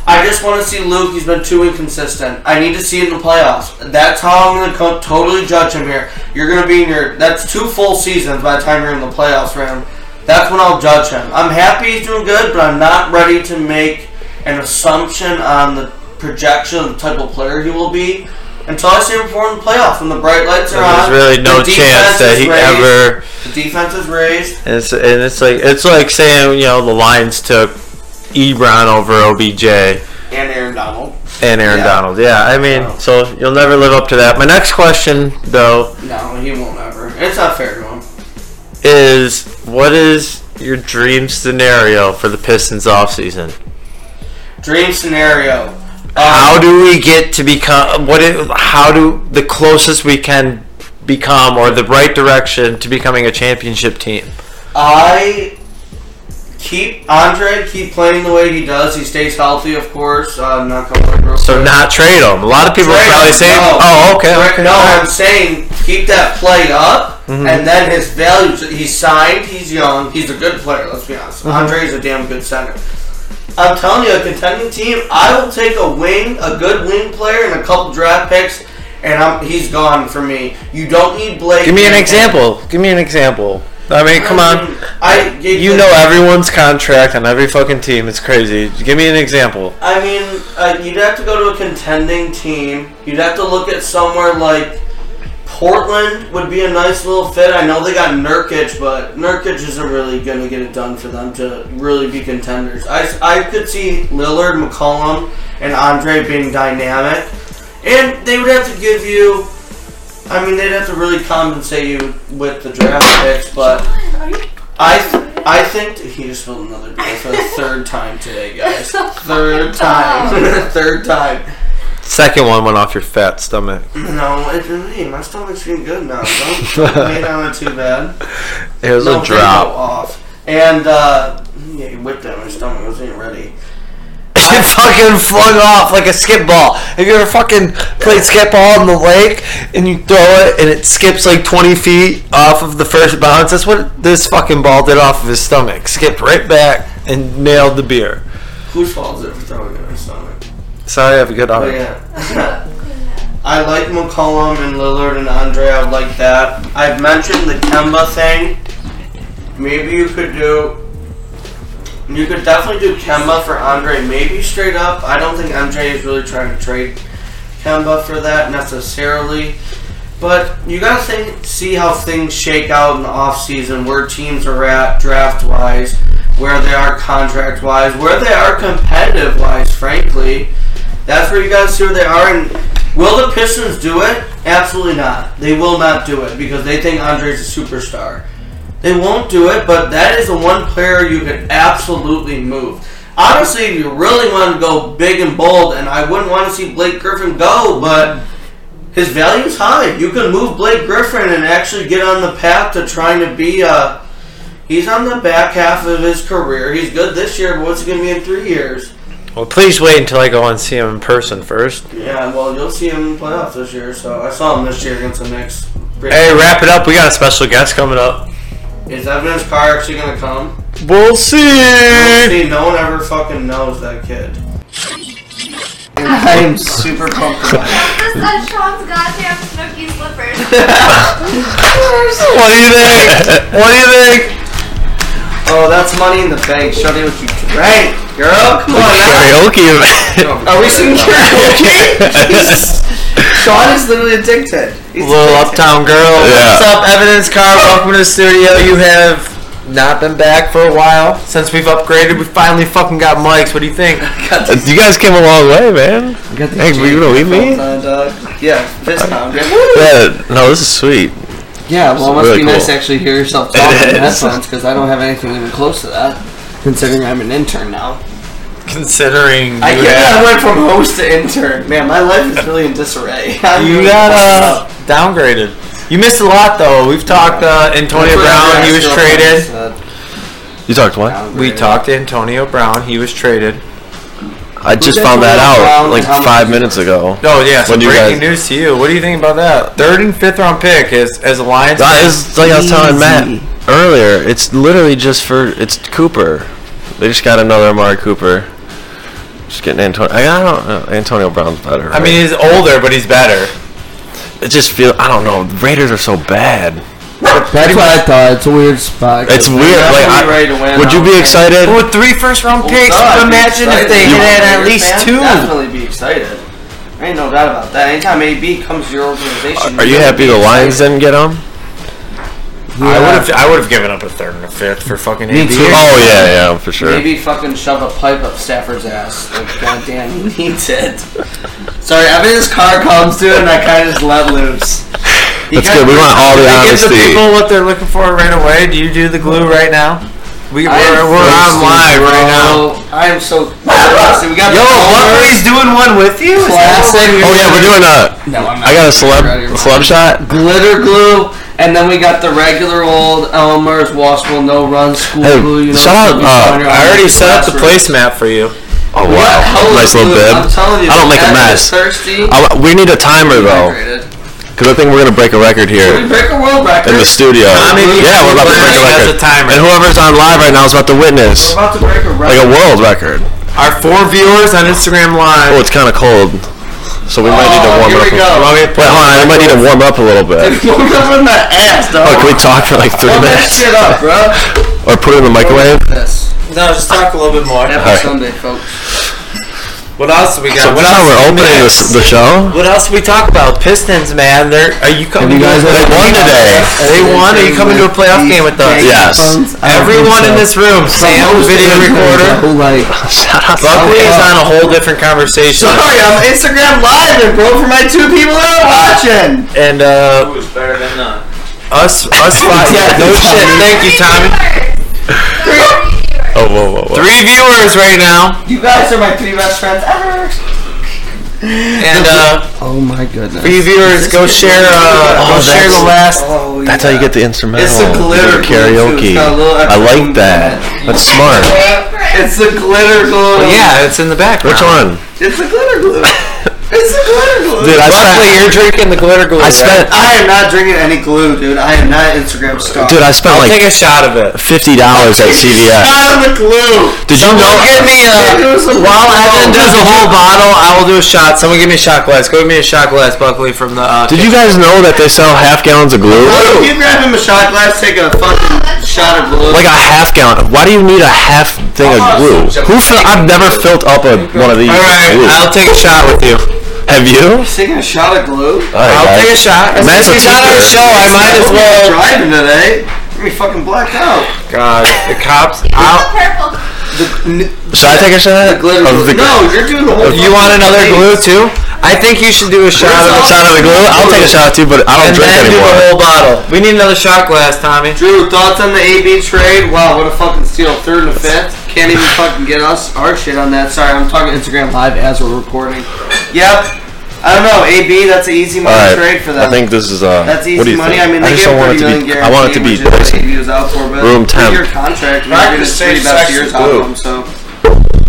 Speaker 2: I just want to see Luke. He's been too inconsistent. I need to see it in the playoffs. That's how I'm going to co- totally judge him here. You're going to be in your. That's two full seasons by the time you're in the playoffs round. That's when I'll judge him. I'm happy he's doing good, but I'm not ready to make an assumption on the projection of the type of player he will be until I see him perform in the playoffs when the bright lights are
Speaker 1: there's
Speaker 2: on.
Speaker 1: really no
Speaker 2: the
Speaker 1: chance
Speaker 2: defense
Speaker 1: that
Speaker 2: is
Speaker 1: he
Speaker 2: raised,
Speaker 1: ever.
Speaker 2: The defense is raised.
Speaker 1: And it's, and it's like it's like saying you know the Lions took Ebron over OBJ
Speaker 2: And Aaron Donald.
Speaker 1: and Aaron
Speaker 2: Yeah.
Speaker 1: Donald. Yeah, I mean,
Speaker 2: Wow.
Speaker 1: so you'll never live up to that. My next question though
Speaker 2: No, he won't ever. It's not fair to him.
Speaker 1: is, what is your dream scenario for the Pistons offseason?
Speaker 2: Dream scenario. Um,
Speaker 1: How do we get to become what? It, how do the closest we can become, or the right direction to becoming a championship team?
Speaker 2: I keep Andre keep playing the way he does. He stays healthy, of course. Uh, not gonna
Speaker 1: So not trade them. A lot of people are probably saying, "Oh, okay, okay."
Speaker 2: No,
Speaker 1: all right."
Speaker 2: I'm saying keep that play up,
Speaker 1: Mm-hmm.
Speaker 2: and then his value. He's signed. He's young. He's a good player. Let's be honest.
Speaker 1: Mm-hmm.
Speaker 2: Andre is a damn good center. I'm telling you, a contending team. I will take a wing, a good wing player, and a couple draft picks, and I'm, he's gone for me. You don't need Blake.
Speaker 1: Give me an
Speaker 2: and-
Speaker 1: example. Give me an example. I mean, come on.
Speaker 2: I
Speaker 1: You know everyone's contract on every fucking team. It's crazy. Give me an example.
Speaker 2: I mean, uh, you'd have to go to a contending team. You'd have to look at somewhere like Portland would be a nice little fit. I know they got Nurkic, but Nurkic isn't really going to get it done for them to really be contenders. I, I could see Lillard, McCollum, and Andre being dynamic. And they would have to give you. I mean, they'd have to really compensate you with the draft picks, but I I think he just spilled another beer for the third time today, guys. Third time, third time.
Speaker 1: Second one went off your fat stomach.
Speaker 2: No, it's me. My stomach's feeling good now. Don't don't lay down on it too bad.
Speaker 1: It was
Speaker 2: No,
Speaker 1: a
Speaker 2: they go
Speaker 1: drop.
Speaker 2: off. And uh, yeah, you whipped out my stomach. I wasn't even ready.
Speaker 1: get fucking flung off like a skip ball. Have you ever fucking played skip ball in the lake and you throw it and it skips like 20 feet off of the first bounce? That's what this fucking ball did off of his stomach. Skipped right back and nailed the beer.
Speaker 2: Whose fault is it for throwing it or something?
Speaker 1: Sorry, I have a good
Speaker 2: But
Speaker 1: arm.
Speaker 2: yeah. I like McCollum and Lillard and Andre. I like that. I've mentioned the Kemba thing. Maybe you could do. You could definitely do Kemba for Andre. Maybe straight up. I don't think Andre is really trying to trade Kemba for that necessarily. But you gotta think, see how things shake out in the offseason, where teams are at draft wise, where they are contract wise, where they are competitive wise, frankly. That's where you gotta see where they are. And will the Pistons do it? Absolutely not. They will not do it because they think Andre's a superstar. They won't do it, but that is the one player you could absolutely move. Honestly, if you really want to go big and bold, and I wouldn't want to see Blake Griffin go, but his value's high. You can move Blake Griffin and actually get on the path to trying to be a. He's on the back half of his career. He's good this year, but what's he going to be in three years?
Speaker 1: Well, please wait until I go and see him in person first.
Speaker 2: Yeah, well, you'll see him in the playoffs this year. So I saw him this year against the Knicks.
Speaker 1: Hey, wrap it up. We got a special guest coming up.
Speaker 2: Is Evan's car actually going to come?
Speaker 1: We'll see.
Speaker 2: See, no one ever fucking knows that kid. I am super pumped. about it.
Speaker 8: That's Sean's goddamn Snooki slippers.
Speaker 1: What do you think? What do you think?
Speaker 2: Oh, that's money in the bank. Show me what you drank, girl. Come on now.
Speaker 5: Karaoke
Speaker 2: Are we singing
Speaker 5: event.
Speaker 2: Sean is literally addicted. He's
Speaker 1: Little Uptown Girl.
Speaker 5: Yeah.
Speaker 1: What's up, Evidence Car? Welcome to the studio. You have not been back for a while since we've upgraded. We finally fucking got mics. What do you think?
Speaker 5: you guys came a long way, man. Hey, were you gonna leave me?
Speaker 2: yeah, this time.
Speaker 5: Yeah, no, this is sweet.
Speaker 9: Yeah, well, it must
Speaker 5: really
Speaker 9: be nice
Speaker 5: cool.
Speaker 9: to actually hear yourself talking in
Speaker 5: is.
Speaker 9: essence because I don't have anything even close to that. Considering I'm an intern now.
Speaker 1: Considering
Speaker 9: I
Speaker 1: you,
Speaker 9: guess I went from host to intern. Man, my life is really in disarray. I'm
Speaker 1: you
Speaker 9: really
Speaker 1: got
Speaker 9: fucked up.
Speaker 1: uh, downgraded. You missed a lot though. We've talked uh,
Speaker 9: That's
Speaker 1: Antonio
Speaker 9: what
Speaker 1: Brown.
Speaker 9: I
Speaker 1: He was
Speaker 9: still
Speaker 1: traded.
Speaker 9: find,
Speaker 5: You talked
Speaker 9: uh,
Speaker 5: what?
Speaker 1: We
Speaker 9: downgraded.
Speaker 1: talked to Antonio Brown. He was traded.
Speaker 5: I just
Speaker 9: did
Speaker 5: found that
Speaker 9: Antonio
Speaker 5: out
Speaker 9: Brown
Speaker 5: like
Speaker 9: and how much
Speaker 5: five
Speaker 9: is it?
Speaker 5: minutes ago.
Speaker 1: Oh yeah. So
Speaker 5: When you
Speaker 1: breaking
Speaker 5: guys-
Speaker 1: news to you. What do you think about that? Third and fifth round pick is as a Lions.
Speaker 5: That is like I was telling
Speaker 9: Easy.
Speaker 5: Matt earlier. It's literally just for it's Cooper. They just got another Amari Cooper. Just getting Antonio. I don't know. Antonio Brown's better.
Speaker 1: I mean, he's older, but he's better.
Speaker 5: it just feel. I don't know. The Raiders are so bad.
Speaker 9: That's what I thought. It's a weird spot.
Speaker 5: It's weird. Like,
Speaker 2: definitely
Speaker 5: I,
Speaker 2: ready to win,
Speaker 5: would you be
Speaker 2: I'm
Speaker 5: excited?
Speaker 1: Well, with three first round picks,
Speaker 2: God,
Speaker 1: you
Speaker 2: I'd be
Speaker 1: imagine if they
Speaker 2: excited.
Speaker 1: had at
Speaker 2: You're
Speaker 1: least
Speaker 2: fan-
Speaker 1: two.
Speaker 2: Definitely be excited. Ain't no doubt about that. Anytime AB comes to your organization,
Speaker 5: Are you happy the Lions didn't get him?
Speaker 1: I would have. I would have given up a third and a fifth for fucking AB.
Speaker 5: Oh yeah, yeah, for sure.
Speaker 9: Maybe fucking shove a pipe up Stafford's ass. Like, goddamn, he needs it. Sorry, I'm in his car comes dude, and I kind of just let loose.
Speaker 5: That's good. We want all the
Speaker 1: They give the
Speaker 5: honesty.
Speaker 1: people what they're looking for right away. Do you do the glue right now? We,
Speaker 9: I
Speaker 1: we're
Speaker 9: am
Speaker 1: we're on
Speaker 9: thirsty,
Speaker 1: live right now.
Speaker 9: bro. I am so. Honestly, we got
Speaker 1: Yo,
Speaker 9: the
Speaker 1: Lumbery's Oh, doing one with you. Is that
Speaker 9: classic.
Speaker 5: Oh yeah, we're doing a.
Speaker 9: No, I'm not
Speaker 5: I got a
Speaker 9: doing
Speaker 5: celeb
Speaker 9: it. You're out of your
Speaker 5: celeb shot.
Speaker 9: mind. glitter glue, and then we got the regular old Elmer's washable no run school
Speaker 5: Hey,
Speaker 9: glue. You know, so
Speaker 5: shout out,
Speaker 9: you
Speaker 5: uh,
Speaker 9: find your
Speaker 1: I already
Speaker 9: own
Speaker 1: set up the
Speaker 9: classroom.
Speaker 1: placemat for you.
Speaker 5: Oh
Speaker 9: We got
Speaker 5: wow,
Speaker 9: hella
Speaker 5: nice little
Speaker 9: glue.
Speaker 5: bib.
Speaker 9: I'm telling you,
Speaker 5: I don't make a
Speaker 9: that is
Speaker 5: mess.
Speaker 9: Thirsty.
Speaker 5: I- we need a timer though,
Speaker 9: Hydrated.
Speaker 5: because I think we're gonna break a record
Speaker 9: We
Speaker 5: here
Speaker 9: break a world record.
Speaker 5: in the studio.
Speaker 1: Tommy,
Speaker 5: Yeah, we're about to break a
Speaker 1: Tommy Uh, has
Speaker 5: record.
Speaker 1: a timer.
Speaker 5: And whoever's on live right now is about to witness
Speaker 2: We're about to break a
Speaker 5: like
Speaker 2: record.
Speaker 5: a world record.
Speaker 1: Our four viewers on Instagram
Speaker 5: Oh,
Speaker 1: Live.
Speaker 5: it's kind of cold, so we might need to
Speaker 9: Oh,
Speaker 5: warm
Speaker 9: here
Speaker 5: it
Speaker 9: we go.
Speaker 5: up.
Speaker 1: Well,
Speaker 5: Wait, hold on, I might need to warm up a little bit.
Speaker 9: Woke up in the ass, dog.
Speaker 5: Oh, can we talk for like three
Speaker 9: Warm that
Speaker 5: minutes?
Speaker 9: shit up, bro.
Speaker 5: Or put it in the microwave?
Speaker 9: This.
Speaker 1: No, just talk a little bit more.
Speaker 9: Happy
Speaker 5: Alright.
Speaker 9: Sunday, folks.
Speaker 1: What else we got?
Speaker 5: So
Speaker 1: what
Speaker 5: that's how
Speaker 1: else
Speaker 5: we're
Speaker 1: we
Speaker 5: opening
Speaker 1: missed?
Speaker 5: this, the show.
Speaker 1: What else we talk about? Pistons, man. They're are you coming?
Speaker 5: you
Speaker 1: to
Speaker 5: guys
Speaker 1: a-
Speaker 5: had a won today?
Speaker 1: They won. Are you coming to a playoff game with us?
Speaker 5: Yeah. Yes.
Speaker 1: Everyone in this room, Sam, video recorder.
Speaker 9: Like,
Speaker 5: Shut up.
Speaker 1: Buckley is on a whole different conversation.
Speaker 9: sorry, I'm Instagram live, and bro, for my two people that are watching.
Speaker 1: And uh,
Speaker 2: Who's better than none?
Speaker 1: us, us five.
Speaker 9: Yeah,
Speaker 1: no
Speaker 9: Tommy.
Speaker 1: shit. Thank you, Tommy.
Speaker 5: Oh, whoa, whoa, whoa.
Speaker 1: Three viewers right now,
Speaker 9: You guys are my three best friends ever.
Speaker 1: and uh,
Speaker 9: Oh my goodness.
Speaker 1: three viewers go share. Uh, go
Speaker 5: Oh,
Speaker 1: share the
Speaker 5: that's-
Speaker 1: last.
Speaker 9: Oh,
Speaker 5: That's how you get the instrumental.
Speaker 9: It's a glitter glue, too.
Speaker 5: karaoke.
Speaker 9: It's got a little
Speaker 5: I
Speaker 9: extra
Speaker 5: like
Speaker 9: boom
Speaker 5: that.
Speaker 9: in
Speaker 5: That's smart.
Speaker 8: Wait for
Speaker 2: It's the glitter glue.
Speaker 1: yeah, it's in the background.
Speaker 5: Which one?
Speaker 2: It's the glitter glue. it's the glitter glue.
Speaker 5: Dude, I
Speaker 1: Luckily,
Speaker 5: spent.
Speaker 1: you're drinking the glitter glue.
Speaker 5: I spent.
Speaker 2: I am not drinking any glue, dude. I am not Instagram star.
Speaker 5: Dude, I spent
Speaker 1: I'll take
Speaker 5: like
Speaker 1: a shot of it.
Speaker 5: fifty dollars at CVS.
Speaker 1: uh,
Speaker 2: Out of the glue.
Speaker 5: Did you know?
Speaker 1: Give me uh, a. While
Speaker 2: Oh,
Speaker 1: Evan does a whole bottle, I will do a shot. Someone give me a shot glass. Go give me a shot glass, Buckley, from the. Uh,
Speaker 5: Did you guys know that they sell half gallons of glue?
Speaker 2: If you grab him a shot glass, take a fucking shot of glue.
Speaker 5: Like a half gallon. Why do you need a half thing of glue? Who? Fill, I've never filled up a, one of these.
Speaker 1: All right,
Speaker 5: Glue.
Speaker 1: I'll take a shot with you.
Speaker 5: Have you?
Speaker 2: Taking a shot of glue?
Speaker 5: All right,
Speaker 1: I'll
Speaker 5: guys.
Speaker 1: take a shot.
Speaker 5: Man's a
Speaker 1: Since he's on our
Speaker 5: teacher.
Speaker 1: show, I might as well.
Speaker 2: Driving today. You're gonna be fucking blacked out.
Speaker 1: God, the cops.
Speaker 8: It's
Speaker 1: I'll,
Speaker 8: the purple.
Speaker 5: Should I take a shot?
Speaker 2: Glitter
Speaker 5: Of
Speaker 2: glue.
Speaker 5: the
Speaker 2: no, you're doing the whole.
Speaker 1: you want another glue too? I think you should do a shot of it.
Speaker 5: I'll take a shot of the glue. I'll take a shot too, but I don't
Speaker 1: And
Speaker 5: drink
Speaker 1: then do the
Speaker 5: anymore.
Speaker 1: whole bottle. We need another shot glass, Tommy.
Speaker 2: Drew, thoughts on the AB trade? Wow, what a fucking steal. Third and a fifth. Can't even fucking get us our shit on that. Sorry, I'm talking Instagram Live as we're recording. Yep. I don't know. AB, that's an easy money
Speaker 5: All right.
Speaker 2: trade for them.
Speaker 5: I think this is uh.
Speaker 2: that's
Speaker 5: what
Speaker 2: easy
Speaker 5: do you
Speaker 2: money.
Speaker 5: Think?
Speaker 2: I mean, they
Speaker 5: just
Speaker 2: give
Speaker 5: don't want
Speaker 2: 30
Speaker 5: it to
Speaker 2: million
Speaker 5: be. I want it to be
Speaker 2: guarantee, which is what AB
Speaker 5: poison.
Speaker 2: was out for, but
Speaker 5: Room temp.
Speaker 2: Your contract. You're
Speaker 1: Practice safe
Speaker 2: getting three best
Speaker 1: sex
Speaker 2: years
Speaker 1: with
Speaker 2: out
Speaker 1: glue.
Speaker 2: of them, so.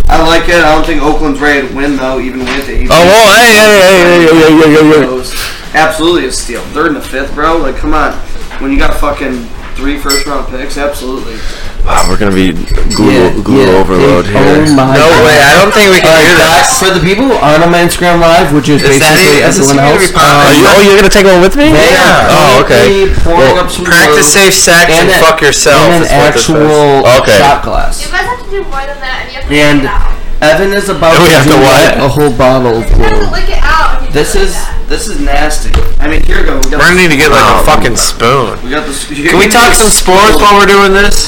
Speaker 2: I like it. I don't think Oakland's ready to win though, even with the AB.
Speaker 5: Oh, whoa, hey, hey, hey, hey, hey, hey, hey, hey, hey.
Speaker 2: Absolutely a steal. Third and a fifth, bro. Like, come on. When you got fucking three first round picks, absolutely.
Speaker 5: Ah, we're gonna be glue glue overload here.
Speaker 2: Oh my
Speaker 1: No way. I don't think we can do that.
Speaker 2: For the people who aren't on my Instagram Live, which is,
Speaker 1: Is that
Speaker 2: basically
Speaker 1: it? Is this gonna
Speaker 2: everyone
Speaker 1: be
Speaker 2: else, uh,
Speaker 1: popular?
Speaker 5: Are you, oh, you're gonna take one with me?
Speaker 2: they
Speaker 1: Yeah.
Speaker 2: are
Speaker 5: Oh, okay.
Speaker 2: currently pouring up
Speaker 5: Well,
Speaker 2: some
Speaker 1: Practice
Speaker 2: glue
Speaker 1: safe sex and,
Speaker 2: and a-
Speaker 1: fuck yourself.
Speaker 2: and an
Speaker 1: is Oh, what this is.
Speaker 2: actual
Speaker 5: Okay.
Speaker 2: shot
Speaker 8: You
Speaker 2: glass.
Speaker 8: guys have to do more than that, and you have to
Speaker 2: And
Speaker 8: lick it out.
Speaker 2: Evan is about
Speaker 5: We
Speaker 2: to,
Speaker 5: have to
Speaker 2: drink
Speaker 5: what?
Speaker 2: a whole bottle of
Speaker 8: You have to
Speaker 2: glue.
Speaker 8: lick it out. when you
Speaker 2: This
Speaker 8: do
Speaker 2: is
Speaker 8: that.
Speaker 2: this is nasty. I mean, here we go. We
Speaker 1: We're
Speaker 2: got,
Speaker 1: gonna need to get like
Speaker 5: Wow.
Speaker 1: a fucking spoon.
Speaker 2: we got this.
Speaker 1: Can we talk some sports while we're doing this?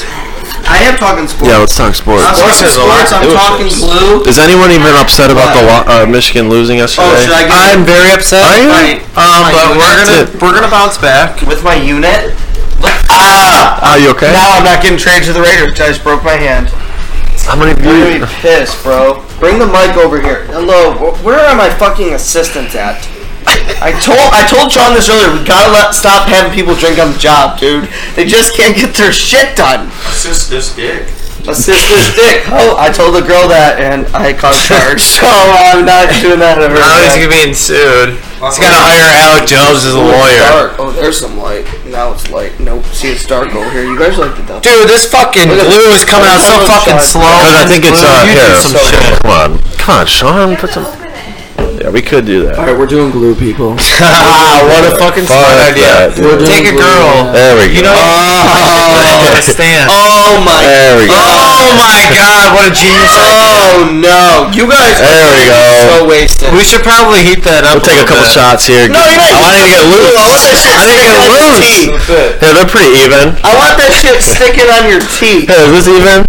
Speaker 2: I am talking sports.
Speaker 5: Yeah, let's talk sports.
Speaker 2: I'm
Speaker 1: Sports
Speaker 2: talking
Speaker 1: has a lot
Speaker 2: sports.
Speaker 1: to
Speaker 2: I'm
Speaker 1: do with
Speaker 2: talking
Speaker 1: this.
Speaker 2: glue.
Speaker 5: Is anyone even upset about the lo- uh, Michigan losing
Speaker 1: Oh,
Speaker 5: yesterday?
Speaker 2: should I get-
Speaker 1: I'm very upset.
Speaker 5: Are you?
Speaker 2: Right.
Speaker 1: Um, but
Speaker 2: unit.
Speaker 1: we're
Speaker 5: That's
Speaker 1: gonna we're gonna bounce back.
Speaker 2: With my unit.
Speaker 1: Ah!
Speaker 5: Are you okay?
Speaker 2: Now I'm not getting traded to the Raiders. I just broke my hand.
Speaker 5: How many of
Speaker 2: I'm gonna
Speaker 5: you?
Speaker 2: be pissed, bro. Bring the mic over here. Hello. wh- Where are my fucking assistants at? I told I told John this earlier. We gotta let, stop having people drink on the job, dude. They just can't get their shit done.
Speaker 1: Assist this dick.
Speaker 2: Assist this dick. Oh, I told the girl that, and I caught charge. so I'm not doing that ever.
Speaker 1: Now Oh, he's
Speaker 2: again.
Speaker 1: gonna be sued. He's gonna hire Alec Jones as a
Speaker 2: Oh, it's
Speaker 1: lawyer.
Speaker 2: Dark. Oh, there's some light. Now it's light. Nope. See, it's dark over here. You guys like the dumb.
Speaker 1: Dude, this fucking
Speaker 2: Look at-
Speaker 1: glue is coming out so
Speaker 2: Look at-
Speaker 1: fucking slow.
Speaker 5: Because I think it's uh,
Speaker 1: You do
Speaker 5: here.
Speaker 1: some shit.
Speaker 5: Come on, come on, Sean,
Speaker 8: You have
Speaker 5: put
Speaker 8: to
Speaker 5: some.
Speaker 8: open it.
Speaker 5: Yeah, we could do that.
Speaker 2: All right, we're doing glue, people.
Speaker 1: Ah, what a fucking
Speaker 5: Fuck
Speaker 1: smart idea.
Speaker 5: that, dude.
Speaker 1: Take a girl.
Speaker 5: There we
Speaker 1: You
Speaker 5: go.
Speaker 1: know,
Speaker 5: Oh.
Speaker 1: stand.
Speaker 2: Oh my.
Speaker 5: There we go.
Speaker 1: Oh my god, what a genius! idea.
Speaker 2: Oh no, you guys.
Speaker 5: There we go.
Speaker 2: So wasted.
Speaker 1: Uh, We should probably heat that up.
Speaker 5: We'll take a couple
Speaker 1: little bit.
Speaker 5: shots here. Oh,
Speaker 2: No, you're not.
Speaker 5: I want to get loose.
Speaker 2: I want that shit
Speaker 5: I need to get
Speaker 2: sticking on your teeth.
Speaker 5: loose. Yeah, they're pretty even.
Speaker 2: I want that shit sticking on your teeth.
Speaker 5: Hey, is this even?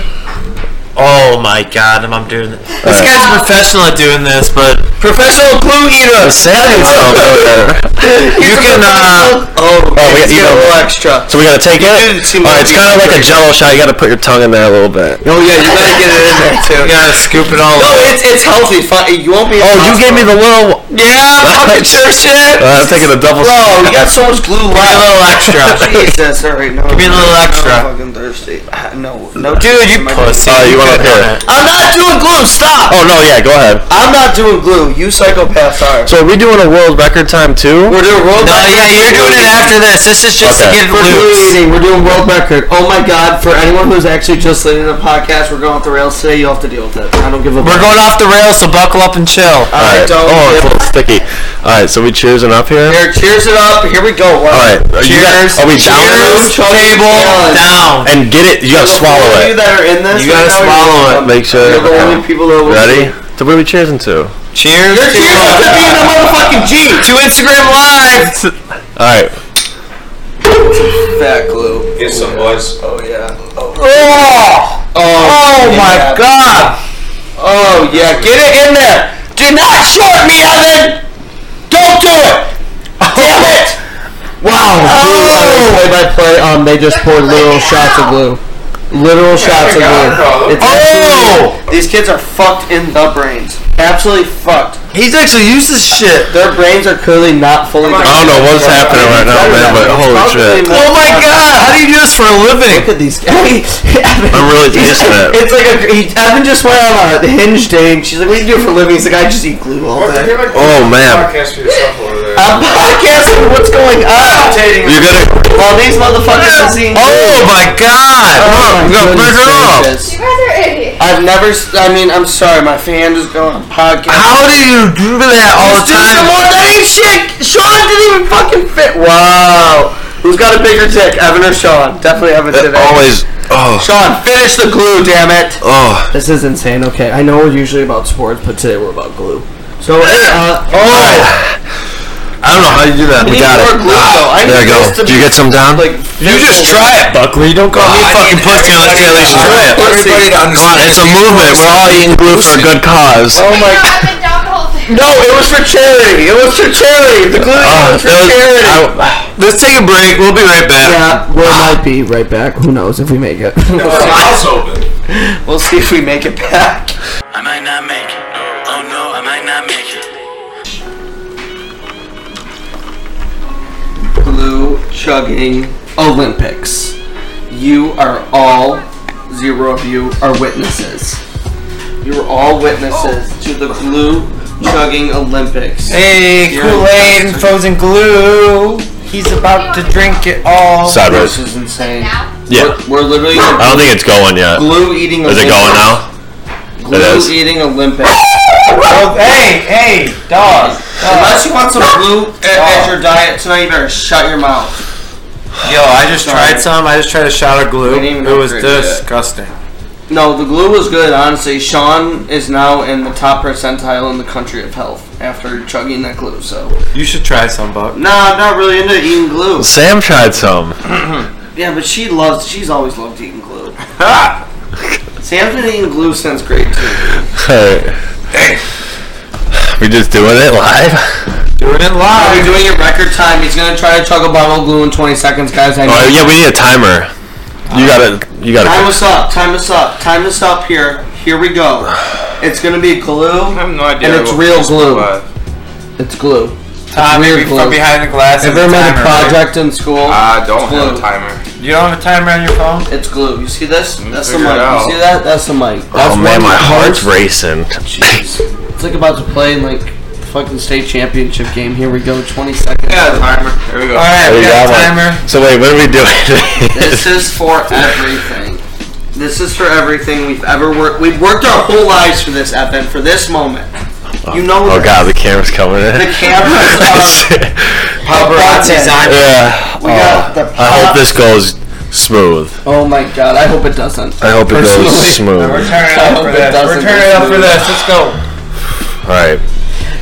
Speaker 1: Oh my god, I'm, I'm doing this. This guy's a professional at doing this, but
Speaker 2: Professional glue eater.
Speaker 5: Saturday
Speaker 2: He's
Speaker 1: you
Speaker 2: a
Speaker 1: can. Uh,
Speaker 2: professional- oh,
Speaker 5: Oh, we
Speaker 2: it's
Speaker 5: got
Speaker 2: getting a
Speaker 5: email.
Speaker 2: little extra.
Speaker 5: So we gotta take
Speaker 2: did
Speaker 5: it.
Speaker 2: seem
Speaker 5: All
Speaker 2: like
Speaker 5: right, it's
Speaker 2: you
Speaker 5: kind of like a Jello shot. You gotta put your tongue in there a little bit.
Speaker 2: Oh yeah, you gotta get it in there too.
Speaker 1: you gotta scoop it all.
Speaker 2: No,
Speaker 1: up.
Speaker 2: it's it's healthy. Fine. You won't be. in
Speaker 5: Oh, you gave me
Speaker 2: hospital.
Speaker 5: the little.
Speaker 2: Yeah, fucking sure shit.
Speaker 5: Uh, I'm taking a double.
Speaker 2: Bro, you got so much glue
Speaker 1: a
Speaker 2: left.
Speaker 1: little extra.
Speaker 2: Jesus, all right, no. Give
Speaker 1: me a little extra.
Speaker 2: I'm fucking thirsty. Ah, No, no.
Speaker 1: Dude, you
Speaker 2: My-
Speaker 1: pussy.
Speaker 5: Oh, you want up
Speaker 1: could've done
Speaker 5: here?
Speaker 1: it.
Speaker 2: I'm not doing glue. Stop.
Speaker 5: Oh no, yeah, go ahead.
Speaker 2: I'm not doing glue. You psychopaths are.
Speaker 5: So are we doing a world record time too?
Speaker 2: We're doing world
Speaker 1: No,
Speaker 2: record.
Speaker 1: yeah, you're doing it after this. This is just to
Speaker 5: Okay.
Speaker 1: get
Speaker 2: For glue
Speaker 1: loose.
Speaker 2: eating, we're doing world record. Oh my god, for anyone who's actually just listening to the podcast, we're going off the rails today. You'll have to deal with it. I don't give a
Speaker 1: We're going off the rails, so buckle up and chill.
Speaker 5: All
Speaker 2: I
Speaker 5: right.
Speaker 2: don't
Speaker 5: Oh,
Speaker 2: give
Speaker 5: it's a little sticky. All right, so we cheersing up here.
Speaker 2: Here, cheers it up. Here we go.
Speaker 5: All right, are you guys-
Speaker 1: Cheers.
Speaker 5: are we down?
Speaker 1: Cheers.
Speaker 5: now?
Speaker 1: Table down.
Speaker 5: And get it. You gotta swallow
Speaker 2: You
Speaker 5: it.
Speaker 2: that are in this,
Speaker 1: You gotta
Speaker 2: right now, you're
Speaker 1: swallow
Speaker 2: welcome.
Speaker 1: it.
Speaker 5: Make sure.
Speaker 2: You're the only people that will
Speaker 5: Ready? So what are we cheersing to?
Speaker 1: Cheers.
Speaker 2: You're
Speaker 1: to,
Speaker 2: cheers
Speaker 1: uh,
Speaker 2: to being a motherfucking G.
Speaker 1: to Instagram Live.
Speaker 5: All right.
Speaker 2: Fat glue.
Speaker 1: Get some boys.
Speaker 2: Oh yeah. Oh,
Speaker 1: Oh,
Speaker 2: oh
Speaker 1: my god.
Speaker 2: Oh yeah. Get it in there. Do not short me, Evan. Don't do it. Damn it.
Speaker 5: Wow.
Speaker 2: Play
Speaker 1: Oh.
Speaker 2: by play, um, they just poured literal shots of glue. Literal shots of glue. It's
Speaker 1: Oh!
Speaker 2: absolutely- These kids are fucked in the brains. Absolutely fucked.
Speaker 10: He's actually used to shit.
Speaker 2: Their brains are clearly not fully.
Speaker 5: I don't know what's happening right now, man, but holy shit.
Speaker 10: Oh my god, how do you do this for a living?
Speaker 2: Look at these. Evan,
Speaker 5: I'm really
Speaker 2: he's-
Speaker 5: used to that.
Speaker 2: It's like a. He, Evan just went on a hinge day, and she's like, "What do you do for a living?" He's like, "I just eat glue all day."
Speaker 5: Oh, man.
Speaker 1: Podcast for yourself over there.
Speaker 2: I'm podcasting. What's going on?
Speaker 5: You're gonna.
Speaker 2: Well, these motherfuckers have seen.
Speaker 5: Oh my god!
Speaker 2: Oh my
Speaker 5: Look, look,
Speaker 2: goodness
Speaker 5: break it off.
Speaker 2: gracious.
Speaker 8: You guys are idiots.
Speaker 2: I've never. s- I mean, I'm sorry. My fan is going on podcast.
Speaker 5: How do you do that all the
Speaker 2: Dude,
Speaker 5: time?
Speaker 2: Simone, that ain't shit. Sean didn't even fucking fit. Wow. Who's got a bigger dick, Evan or Sean? Definitely Evan
Speaker 5: It
Speaker 2: today.
Speaker 5: Uh, always. Oh.
Speaker 2: Sean, finish the glue, damn it.
Speaker 5: Oh.
Speaker 2: This is insane. Okay, I know we're usually about sports, but today we're about glue. So, uh,
Speaker 5: Oh. I don't know how you do that. We
Speaker 2: need
Speaker 5: got
Speaker 2: more
Speaker 5: it.
Speaker 2: glue, though. I
Speaker 5: There
Speaker 2: need
Speaker 5: you go.
Speaker 2: this to
Speaker 5: Do you
Speaker 2: be,
Speaker 5: get some down?
Speaker 2: like,
Speaker 5: you just try it, Buckley. Don't call me fucking pussy unless you at least try it.
Speaker 1: Everybody to
Speaker 5: Come on,
Speaker 1: understand.
Speaker 5: it's a movement. We're all eating glue for a good cause.
Speaker 2: oh my.
Speaker 8: No, I've been down the whole thing.
Speaker 2: No, it was for charity. It was for charity. The glue
Speaker 5: Oh,
Speaker 2: was for
Speaker 5: that was-
Speaker 2: charity.
Speaker 5: I- let's take a break. We'll be right back.
Speaker 2: yeah, we might be right back. Who knows if we make it?
Speaker 1: Mouth's open.
Speaker 2: we'll see if we make it back.
Speaker 7: I might not make it. Oh no, I might not make it.
Speaker 2: Glue chugging Olympics. You are all, zero of you are witnesses. You are all witnesses to the glue chugging Olympics.
Speaker 1: Hey,
Speaker 2: You're-
Speaker 1: Kool-Aid and frozen glue. He's about to drink it all.
Speaker 5: Sideways.
Speaker 2: This is insane.
Speaker 8: Now,
Speaker 5: Yeah.
Speaker 2: We're, we're literally
Speaker 5: I don't think it's going yet.
Speaker 2: glue eating
Speaker 5: Is
Speaker 2: Olympics.
Speaker 5: it going now?
Speaker 2: Glue
Speaker 5: It is.
Speaker 2: eating Olympics.
Speaker 1: Oh, hey, hey, dog.
Speaker 2: Unless you want some glue a- as your diet tonight, you better shut your mouth.
Speaker 1: Yo, I just
Speaker 2: Sorry.
Speaker 1: tried some. I just tried a shot of glue.
Speaker 2: We didn't even
Speaker 1: It was
Speaker 2: drink it.
Speaker 1: disgusting.
Speaker 2: No, the glue was good, honestly. Sean is now in the top percentile in the country of health after chugging that glue, so.
Speaker 1: You should try some, Buck.
Speaker 2: Nah, I'm not really into eating glue.
Speaker 5: Sam tried some.
Speaker 2: Yeah, but she loves. She's always loved eating glue. Sam's been eating glue since grade two.
Speaker 5: Alright. We just doing it live?
Speaker 1: Doing it
Speaker 2: Are we
Speaker 1: live.
Speaker 2: doing it record time? He's gonna try to chug a bottle of glue in 20 seconds, guys. I know.
Speaker 5: Oh yeah, we need a timer. You gotta, you
Speaker 2: Time
Speaker 5: gotta.
Speaker 2: us up. Time us up. Time us up here. Here we go. It's gonna be glue.
Speaker 1: have no idea.
Speaker 2: And it's
Speaker 1: what
Speaker 2: real
Speaker 1: this
Speaker 2: glue.
Speaker 1: was.
Speaker 2: It's glue.
Speaker 1: Ah,
Speaker 2: weird
Speaker 1: maybe
Speaker 2: glue.
Speaker 1: from behind the glass.
Speaker 2: Have you ever made a project in school?
Speaker 1: I don't
Speaker 2: have a glue.
Speaker 1: timer. You don't have a timer on your phone?
Speaker 2: It's glue. You see this? That's the
Speaker 1: figure it
Speaker 2: mic. You
Speaker 1: out. Oh,
Speaker 2: see that? That's the mic. That's
Speaker 5: Oh man,
Speaker 2: one
Speaker 5: my
Speaker 2: of
Speaker 5: heart's
Speaker 2: those.
Speaker 5: racing.
Speaker 2: Jeez. It's like about to play in like the fucking state championship game. Here we go. 20 seconds.
Speaker 1: timer. There we go. All right, we
Speaker 5: We
Speaker 1: got a
Speaker 5: got one.
Speaker 1: timer.
Speaker 5: So wait, what are we doing?
Speaker 2: This is for everything. This is for everything we've ever worked. We've worked our whole lives for this, Evan, for this moment. You know
Speaker 5: Oh
Speaker 2: this.
Speaker 5: god, the camera's coming in.
Speaker 2: The cameras are
Speaker 1: Paparazzi's on.
Speaker 5: yeah.
Speaker 2: We got the
Speaker 5: oh, I hope this goes smooth.
Speaker 2: Oh my god, I hope it doesn't.
Speaker 5: I hope it
Speaker 2: Personally,
Speaker 5: goes
Speaker 1: We're
Speaker 5: smooth.
Speaker 1: turning it
Speaker 2: I
Speaker 1: up
Speaker 2: hope
Speaker 1: for
Speaker 2: it
Speaker 1: this. We're
Speaker 2: doesn't
Speaker 1: turning
Speaker 2: go
Speaker 1: it up for
Speaker 2: smooth.
Speaker 1: this. Let's go.
Speaker 5: All right.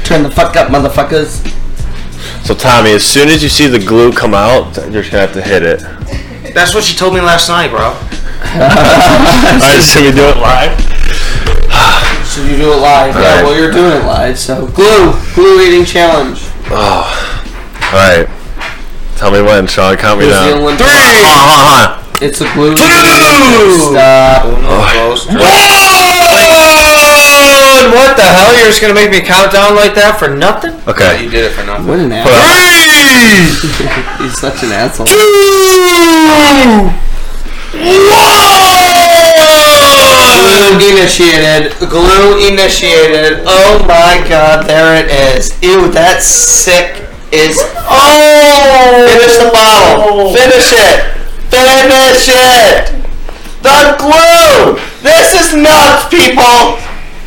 Speaker 2: Turn the fuck up, motherfuckers.
Speaker 5: So Tommy, as soon as you see the glue come out, you're just gonna have to hit it.
Speaker 1: That's what she told me last night, bro.
Speaker 5: All right, should we do it live?
Speaker 2: So you do it live. Yeah,
Speaker 5: Alright.
Speaker 2: well, you're doing it live, so. Glue! Glue eating challenge.
Speaker 5: All right. Tell me when, Sean. Count me
Speaker 2: Here's the
Speaker 5: down.
Speaker 2: Olympic-
Speaker 5: Hold on, hold on, hold on.
Speaker 2: It's a glue.
Speaker 5: Glue!
Speaker 2: Stop.
Speaker 1: Dude, what the hell? You're just gonna make me count down like that for nothing?
Speaker 5: Okay.
Speaker 1: did it for nothing.
Speaker 2: What an
Speaker 5: Hold
Speaker 2: asshole.
Speaker 5: on.
Speaker 2: He's such an asshole. Glue initiated. Glue initiated. Oh my god, there it is. Ew, that's sick is Oh Finish the bottle. Finish it. Finish it. The glue! This is nuts, people!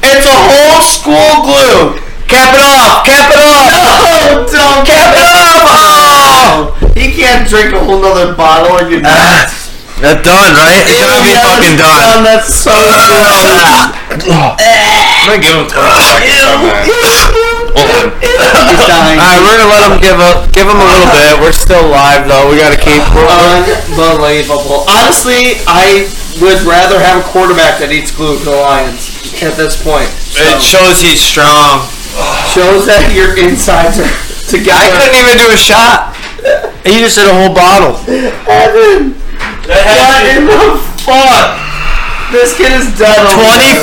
Speaker 2: It's a whole school glue! Cap it off! Cap it off! No! Don't cap it off! He can't drink a whole nother bottle and you're nuts.
Speaker 5: That's done, right? It's gonna Ah,
Speaker 2: Ew,
Speaker 5: be
Speaker 2: that
Speaker 5: fucking
Speaker 2: is
Speaker 5: done.
Speaker 2: That's so
Speaker 1: I'm gonna give him 20 seconds on that.
Speaker 2: He's dying.
Speaker 5: Alright, we're gonna let him give up give him a little bit. We're still live though. We gotta keep
Speaker 2: Unbelievable. Honestly, I would rather have a quarterback that eats glue for the Lions at this point.
Speaker 1: It
Speaker 2: So,
Speaker 1: shows he's strong.
Speaker 2: shows that your insides are
Speaker 1: I
Speaker 2: together.
Speaker 1: couldn't even do a shot. He just did a whole bottle.
Speaker 2: Evan,
Speaker 1: That
Speaker 2: what in the fuck? This kid is dead. over there.
Speaker 1: 25,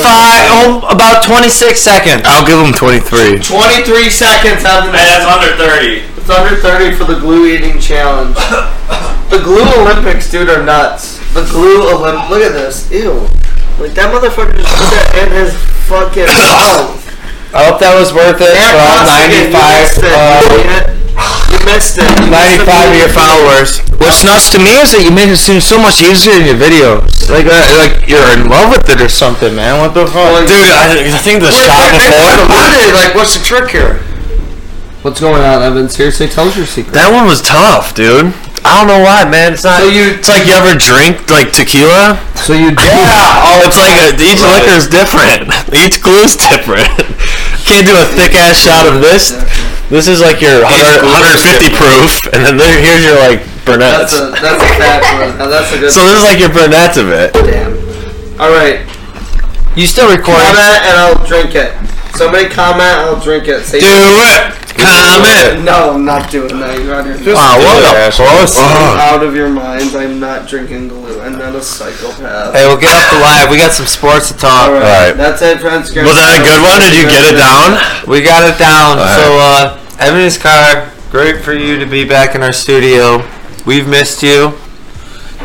Speaker 1: oh, about 26 seconds.
Speaker 5: I'll give him 23.
Speaker 2: 23 seconds on the
Speaker 11: Hey, that's under 30.
Speaker 2: It's under 30 for the glue eating challenge. the glue Olympics, dude, are nuts. The glue Olymp. Look at this. Ew. Like that motherfucker just put that in his fucking mouth.
Speaker 1: I hope that was worth it
Speaker 2: That
Speaker 1: for all
Speaker 2: Costigan,
Speaker 1: 95,
Speaker 2: You missed it. You missed it. You missed the
Speaker 1: 95 of your
Speaker 2: glue.
Speaker 1: followers.
Speaker 5: What's nuts to me is that you made it seem so much easier in your videos. Like, uh, like you're in love with it or something, man. What the fuck, dude? I, I think the shot before.
Speaker 1: Like, what's the trick here?
Speaker 2: What's going on, Evan? Seriously, tell us your secret.
Speaker 5: That one was tough, dude. I don't know why, man. It's not.
Speaker 2: So you-
Speaker 5: it's like you ever drink like tequila.
Speaker 2: So you did.
Speaker 5: Oh, it's like a, each liquor is different. Each glue is different. Can't do a thick ass shot of this. This is like your 100, 150 proof, and then there, here's your like
Speaker 2: That's
Speaker 5: Burnett's.
Speaker 2: a that's a bad one. Now that's a good.
Speaker 5: so this is like your Burnett's of it.
Speaker 2: damn. All right.
Speaker 1: You still recording?
Speaker 2: Comment and I'll drink it. Somebody comment, I'll drink it. Say
Speaker 5: Do it. Comment.
Speaker 2: No, I'm not doing that. You're out of your
Speaker 5: Wow, what the fuck?
Speaker 2: out of your minds. I'm not drinking glue. I'm not a psychopath.
Speaker 1: Hey, we'll get up to live. We got some sports to talk.
Speaker 2: All right.
Speaker 5: Alright.
Speaker 2: That's it, friends.
Speaker 5: Was that a good one? Did you get it down?
Speaker 1: We got it down.
Speaker 5: All
Speaker 1: So, uh, Ebony's car. Great for you to be back in our studio. We've missed you,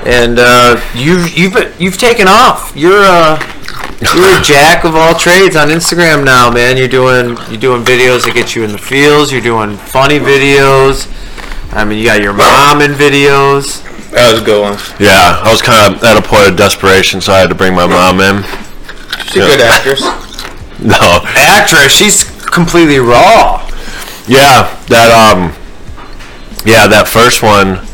Speaker 1: and uh, you've you've been- you've taken off. You're uh, you're a jack of all trades on Instagram now, man. You're doing you're doing videos that get you in the fields. You're doing funny videos. I mean, you got your mom in videos.
Speaker 5: That was a good one. Yeah, I was kind of at a point of desperation, so I had to bring my mom in.
Speaker 1: She's a good actress.
Speaker 5: No.
Speaker 1: Actress. She's completely raw.
Speaker 5: Yeah, that um, yeah, that first one.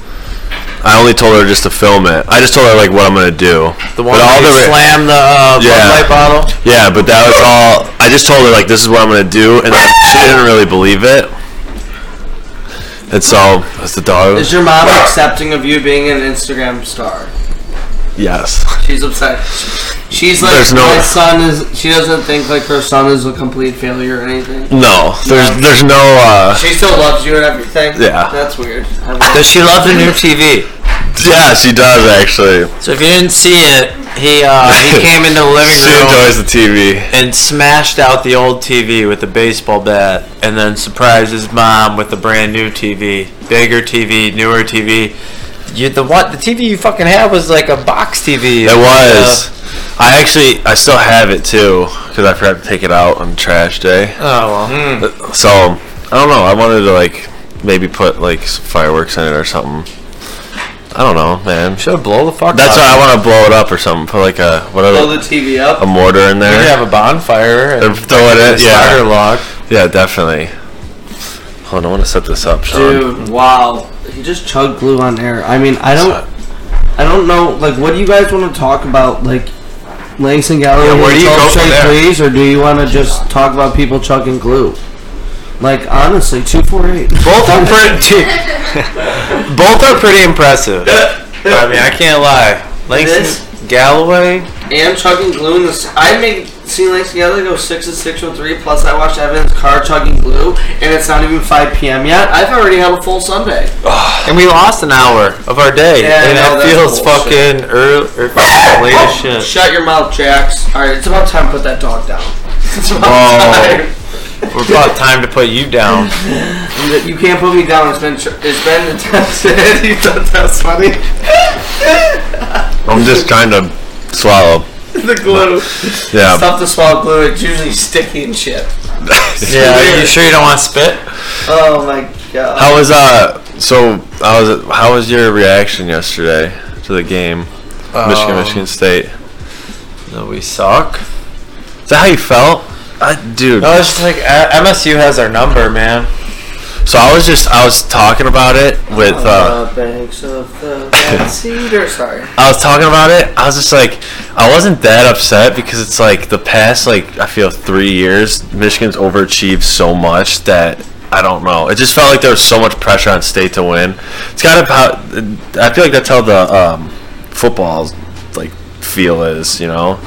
Speaker 5: I only told her just to film it. I just told her like what I'm gonna do.
Speaker 1: The one
Speaker 5: But
Speaker 1: that
Speaker 5: all the
Speaker 1: you
Speaker 5: re-
Speaker 1: slammed the uh,
Speaker 5: Yeah.
Speaker 1: Bud Light bottle.
Speaker 5: Yeah, but that was all. I just told her like this is what I'm gonna do, and then she didn't really believe it. And so that's the dog.
Speaker 2: Is your mom accepting of you being an Instagram star?
Speaker 5: Yes.
Speaker 2: She's upset. She's like,
Speaker 5: There's no-
Speaker 2: my son is. She doesn't think like her son is a complete failure or anything.
Speaker 5: No. There's there's no. uh
Speaker 2: She still loves you and everything.
Speaker 5: Yeah.
Speaker 2: That's weird.
Speaker 1: Does she love the new TV?
Speaker 5: Yeah, she does actually.
Speaker 1: So if you didn't see it, he uh, he came into the living
Speaker 5: She
Speaker 1: room
Speaker 5: enjoys the TV.
Speaker 1: and smashed out the old TV with a baseball bat, and then surprised his mom with a brand new TV, bigger TV, newer TV. You, the what the TV you fucking had was like a box Uh, TV.
Speaker 5: It was. I actually I still have it too because I forgot to take it out on trash day.
Speaker 1: Uh, oh
Speaker 5: Hmm.
Speaker 1: well.
Speaker 5: So I don't know. I wanted to like maybe put like some fireworks in it or something. I don't know, man.
Speaker 1: Should have blow the fuck.
Speaker 5: That's
Speaker 1: up.
Speaker 5: why I want to blow it up or something. Put like a
Speaker 2: Blow
Speaker 5: whatever
Speaker 2: the TV up.
Speaker 5: a mortar in
Speaker 1: We could
Speaker 5: there.
Speaker 1: have a bonfire
Speaker 5: Or
Speaker 1: and
Speaker 5: throw it
Speaker 1: a
Speaker 5: in.
Speaker 1: spider
Speaker 5: Yeah,
Speaker 1: log.
Speaker 5: yeah, definitely. Hold on, I want to set this up, Sean.
Speaker 2: Dude, wow. He just chugged glue on air. I mean, I don't, I don't know. Like, what do you guys want to talk about? Like, Langston Gallery,
Speaker 5: Yeah, where do you
Speaker 2: Hotel
Speaker 5: go from
Speaker 2: Shake,
Speaker 5: there?
Speaker 2: please, or do you want to just talk about people chugging glue? Like, honestly, two four eight.
Speaker 1: Both are pretty. both are pretty impressive. I mean, I can't lie.
Speaker 2: is.
Speaker 1: Langston Galloway.
Speaker 2: And chugging glue in this. I make seen Langston Gallery go six and six oh three. Plus, I watched Evan's car chugging glue, and it's not even five p.m. yet. I've already had a full Sunday.
Speaker 1: And we lost an hour of our day.
Speaker 2: Yeah, I
Speaker 1: and
Speaker 2: know,
Speaker 1: that
Speaker 2: that's
Speaker 1: feels
Speaker 2: bullshit.
Speaker 1: fucking early, or fucking late as shit.
Speaker 2: Shut your mouth, Jax. All right, it's about time to put that dog down. It's about
Speaker 5: Oh.
Speaker 2: time.
Speaker 1: We're about time to put you down.
Speaker 2: That You can't put me down. It's been it's been attempted. you thought that was funny?
Speaker 5: I'm just trying to swallow.
Speaker 2: the glue.
Speaker 5: Yeah.
Speaker 2: Stuff to swallow glue. It's usually sticky and shit.
Speaker 1: yeah, are you sure you don't want to spit?
Speaker 2: Oh my god.
Speaker 5: How was uh? So I was. How was your reaction yesterday to the game, Michigan Michigan State?
Speaker 1: No, we suck.
Speaker 5: Is that how you felt? I, dude.
Speaker 1: No, it's just like uh, MSU has our number, man.
Speaker 5: So I was just. I was talking about it with. Uh,
Speaker 2: the banks of the Red cedar. Sorry.
Speaker 5: I was talking about it. I was just like, I wasn't that upset because it's like the past like I feel three years, Michigan's overachieved so much that I don't know. It just felt like there was so much pressure on state to win. It's kind of how I feel like that's how the um, football like feel is. You know,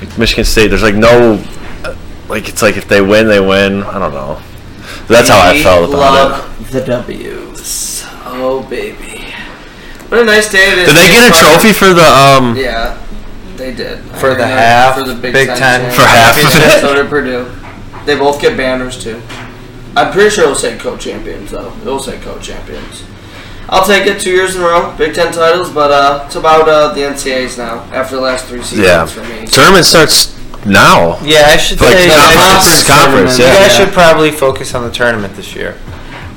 Speaker 5: like Michigan State. There's like no like it's like if they win, they win. I don't know. That's how I
Speaker 2: We
Speaker 5: felt about it.
Speaker 2: love The W's. Oh baby. What a nice day it is.
Speaker 5: Did they get a trophy for the um?
Speaker 2: Yeah.
Speaker 12: They did. I
Speaker 1: For the
Speaker 12: heard that.
Speaker 1: half,
Speaker 12: For the big,
Speaker 1: big
Speaker 12: time.
Speaker 1: time
Speaker 12: change.
Speaker 1: for half.
Speaker 12: Championship.
Speaker 2: So did Purdue. They both get banners too. I'm pretty sure it'll say co-champions though. It'll say co-champions. I'll take it two years in a row, Big Ten titles, but uh, it's about uh, the NCAAs now after the last three seasons
Speaker 5: Yeah.
Speaker 2: for me.
Speaker 5: Tournament starts now.
Speaker 1: Yeah, I should
Speaker 5: Like
Speaker 1: say
Speaker 5: the
Speaker 1: I should-
Speaker 5: conference, conference,
Speaker 1: You
Speaker 5: yeah.
Speaker 1: guys should probably focus on the tournament this year.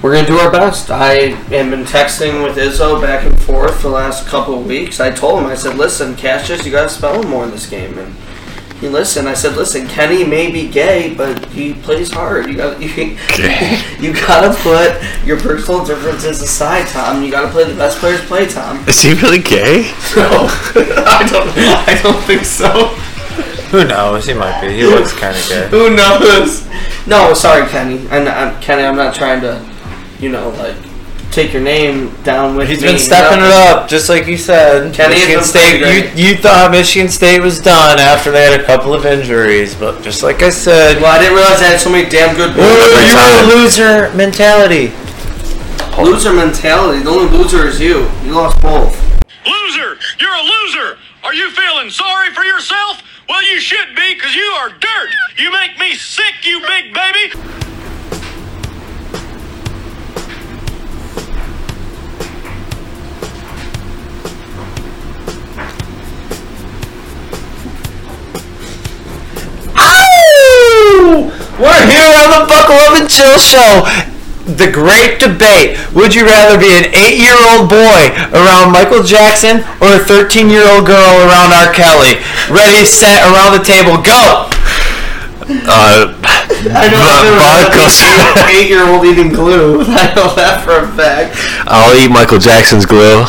Speaker 2: We're gonna do our best. I have been texting with Izzo back and forth for the last couple of weeks. I told him, I said, "Listen, Cassius, you gotta spell him more in this game." And he listened. I said, "Listen, Kenny may be gay, but he plays hard. You got you, you gotta put your personal differences aside, Tom. You gotta play the best players play, Tom."
Speaker 5: Is he really gay?
Speaker 2: So I don't, I don't think so.
Speaker 1: Who knows? He might be. He looks kind of good.
Speaker 2: Who knows? No, sorry, Kenny. I'm, I'm Kenny. I'm not trying to, you know, like take your name down with
Speaker 1: He's
Speaker 2: me.
Speaker 1: been stepping it up, just like you said.
Speaker 2: Kenny has
Speaker 1: Michigan
Speaker 2: been
Speaker 1: State.
Speaker 2: playing
Speaker 1: You, you thought Michigan State was done after they had a couple of injuries, but just like I said,
Speaker 2: Well, I didn't realize I had so many damn good
Speaker 1: "Oh,
Speaker 2: boys.
Speaker 1: you're a loser mentality.
Speaker 2: loser mentality. The only loser is you. You lost both.
Speaker 7: Loser! You're a loser! Are you feeling sorry for yourself? Well, you should be, because you are dirt! You make me sick, you big baby!
Speaker 1: Ow! We're here on the Buckle Up and Chill Show. The great debate. Would you rather be an eight year old boy around Michael Jackson or a 13 year old girl around R. Kelly? Ready, set, around the table, go!
Speaker 5: Uh,
Speaker 2: I know
Speaker 5: But Broncos-
Speaker 2: I've eight year old eating glue. I know that for a fact.
Speaker 5: I'll eat Michael Jackson's glue.
Speaker 1: Oh,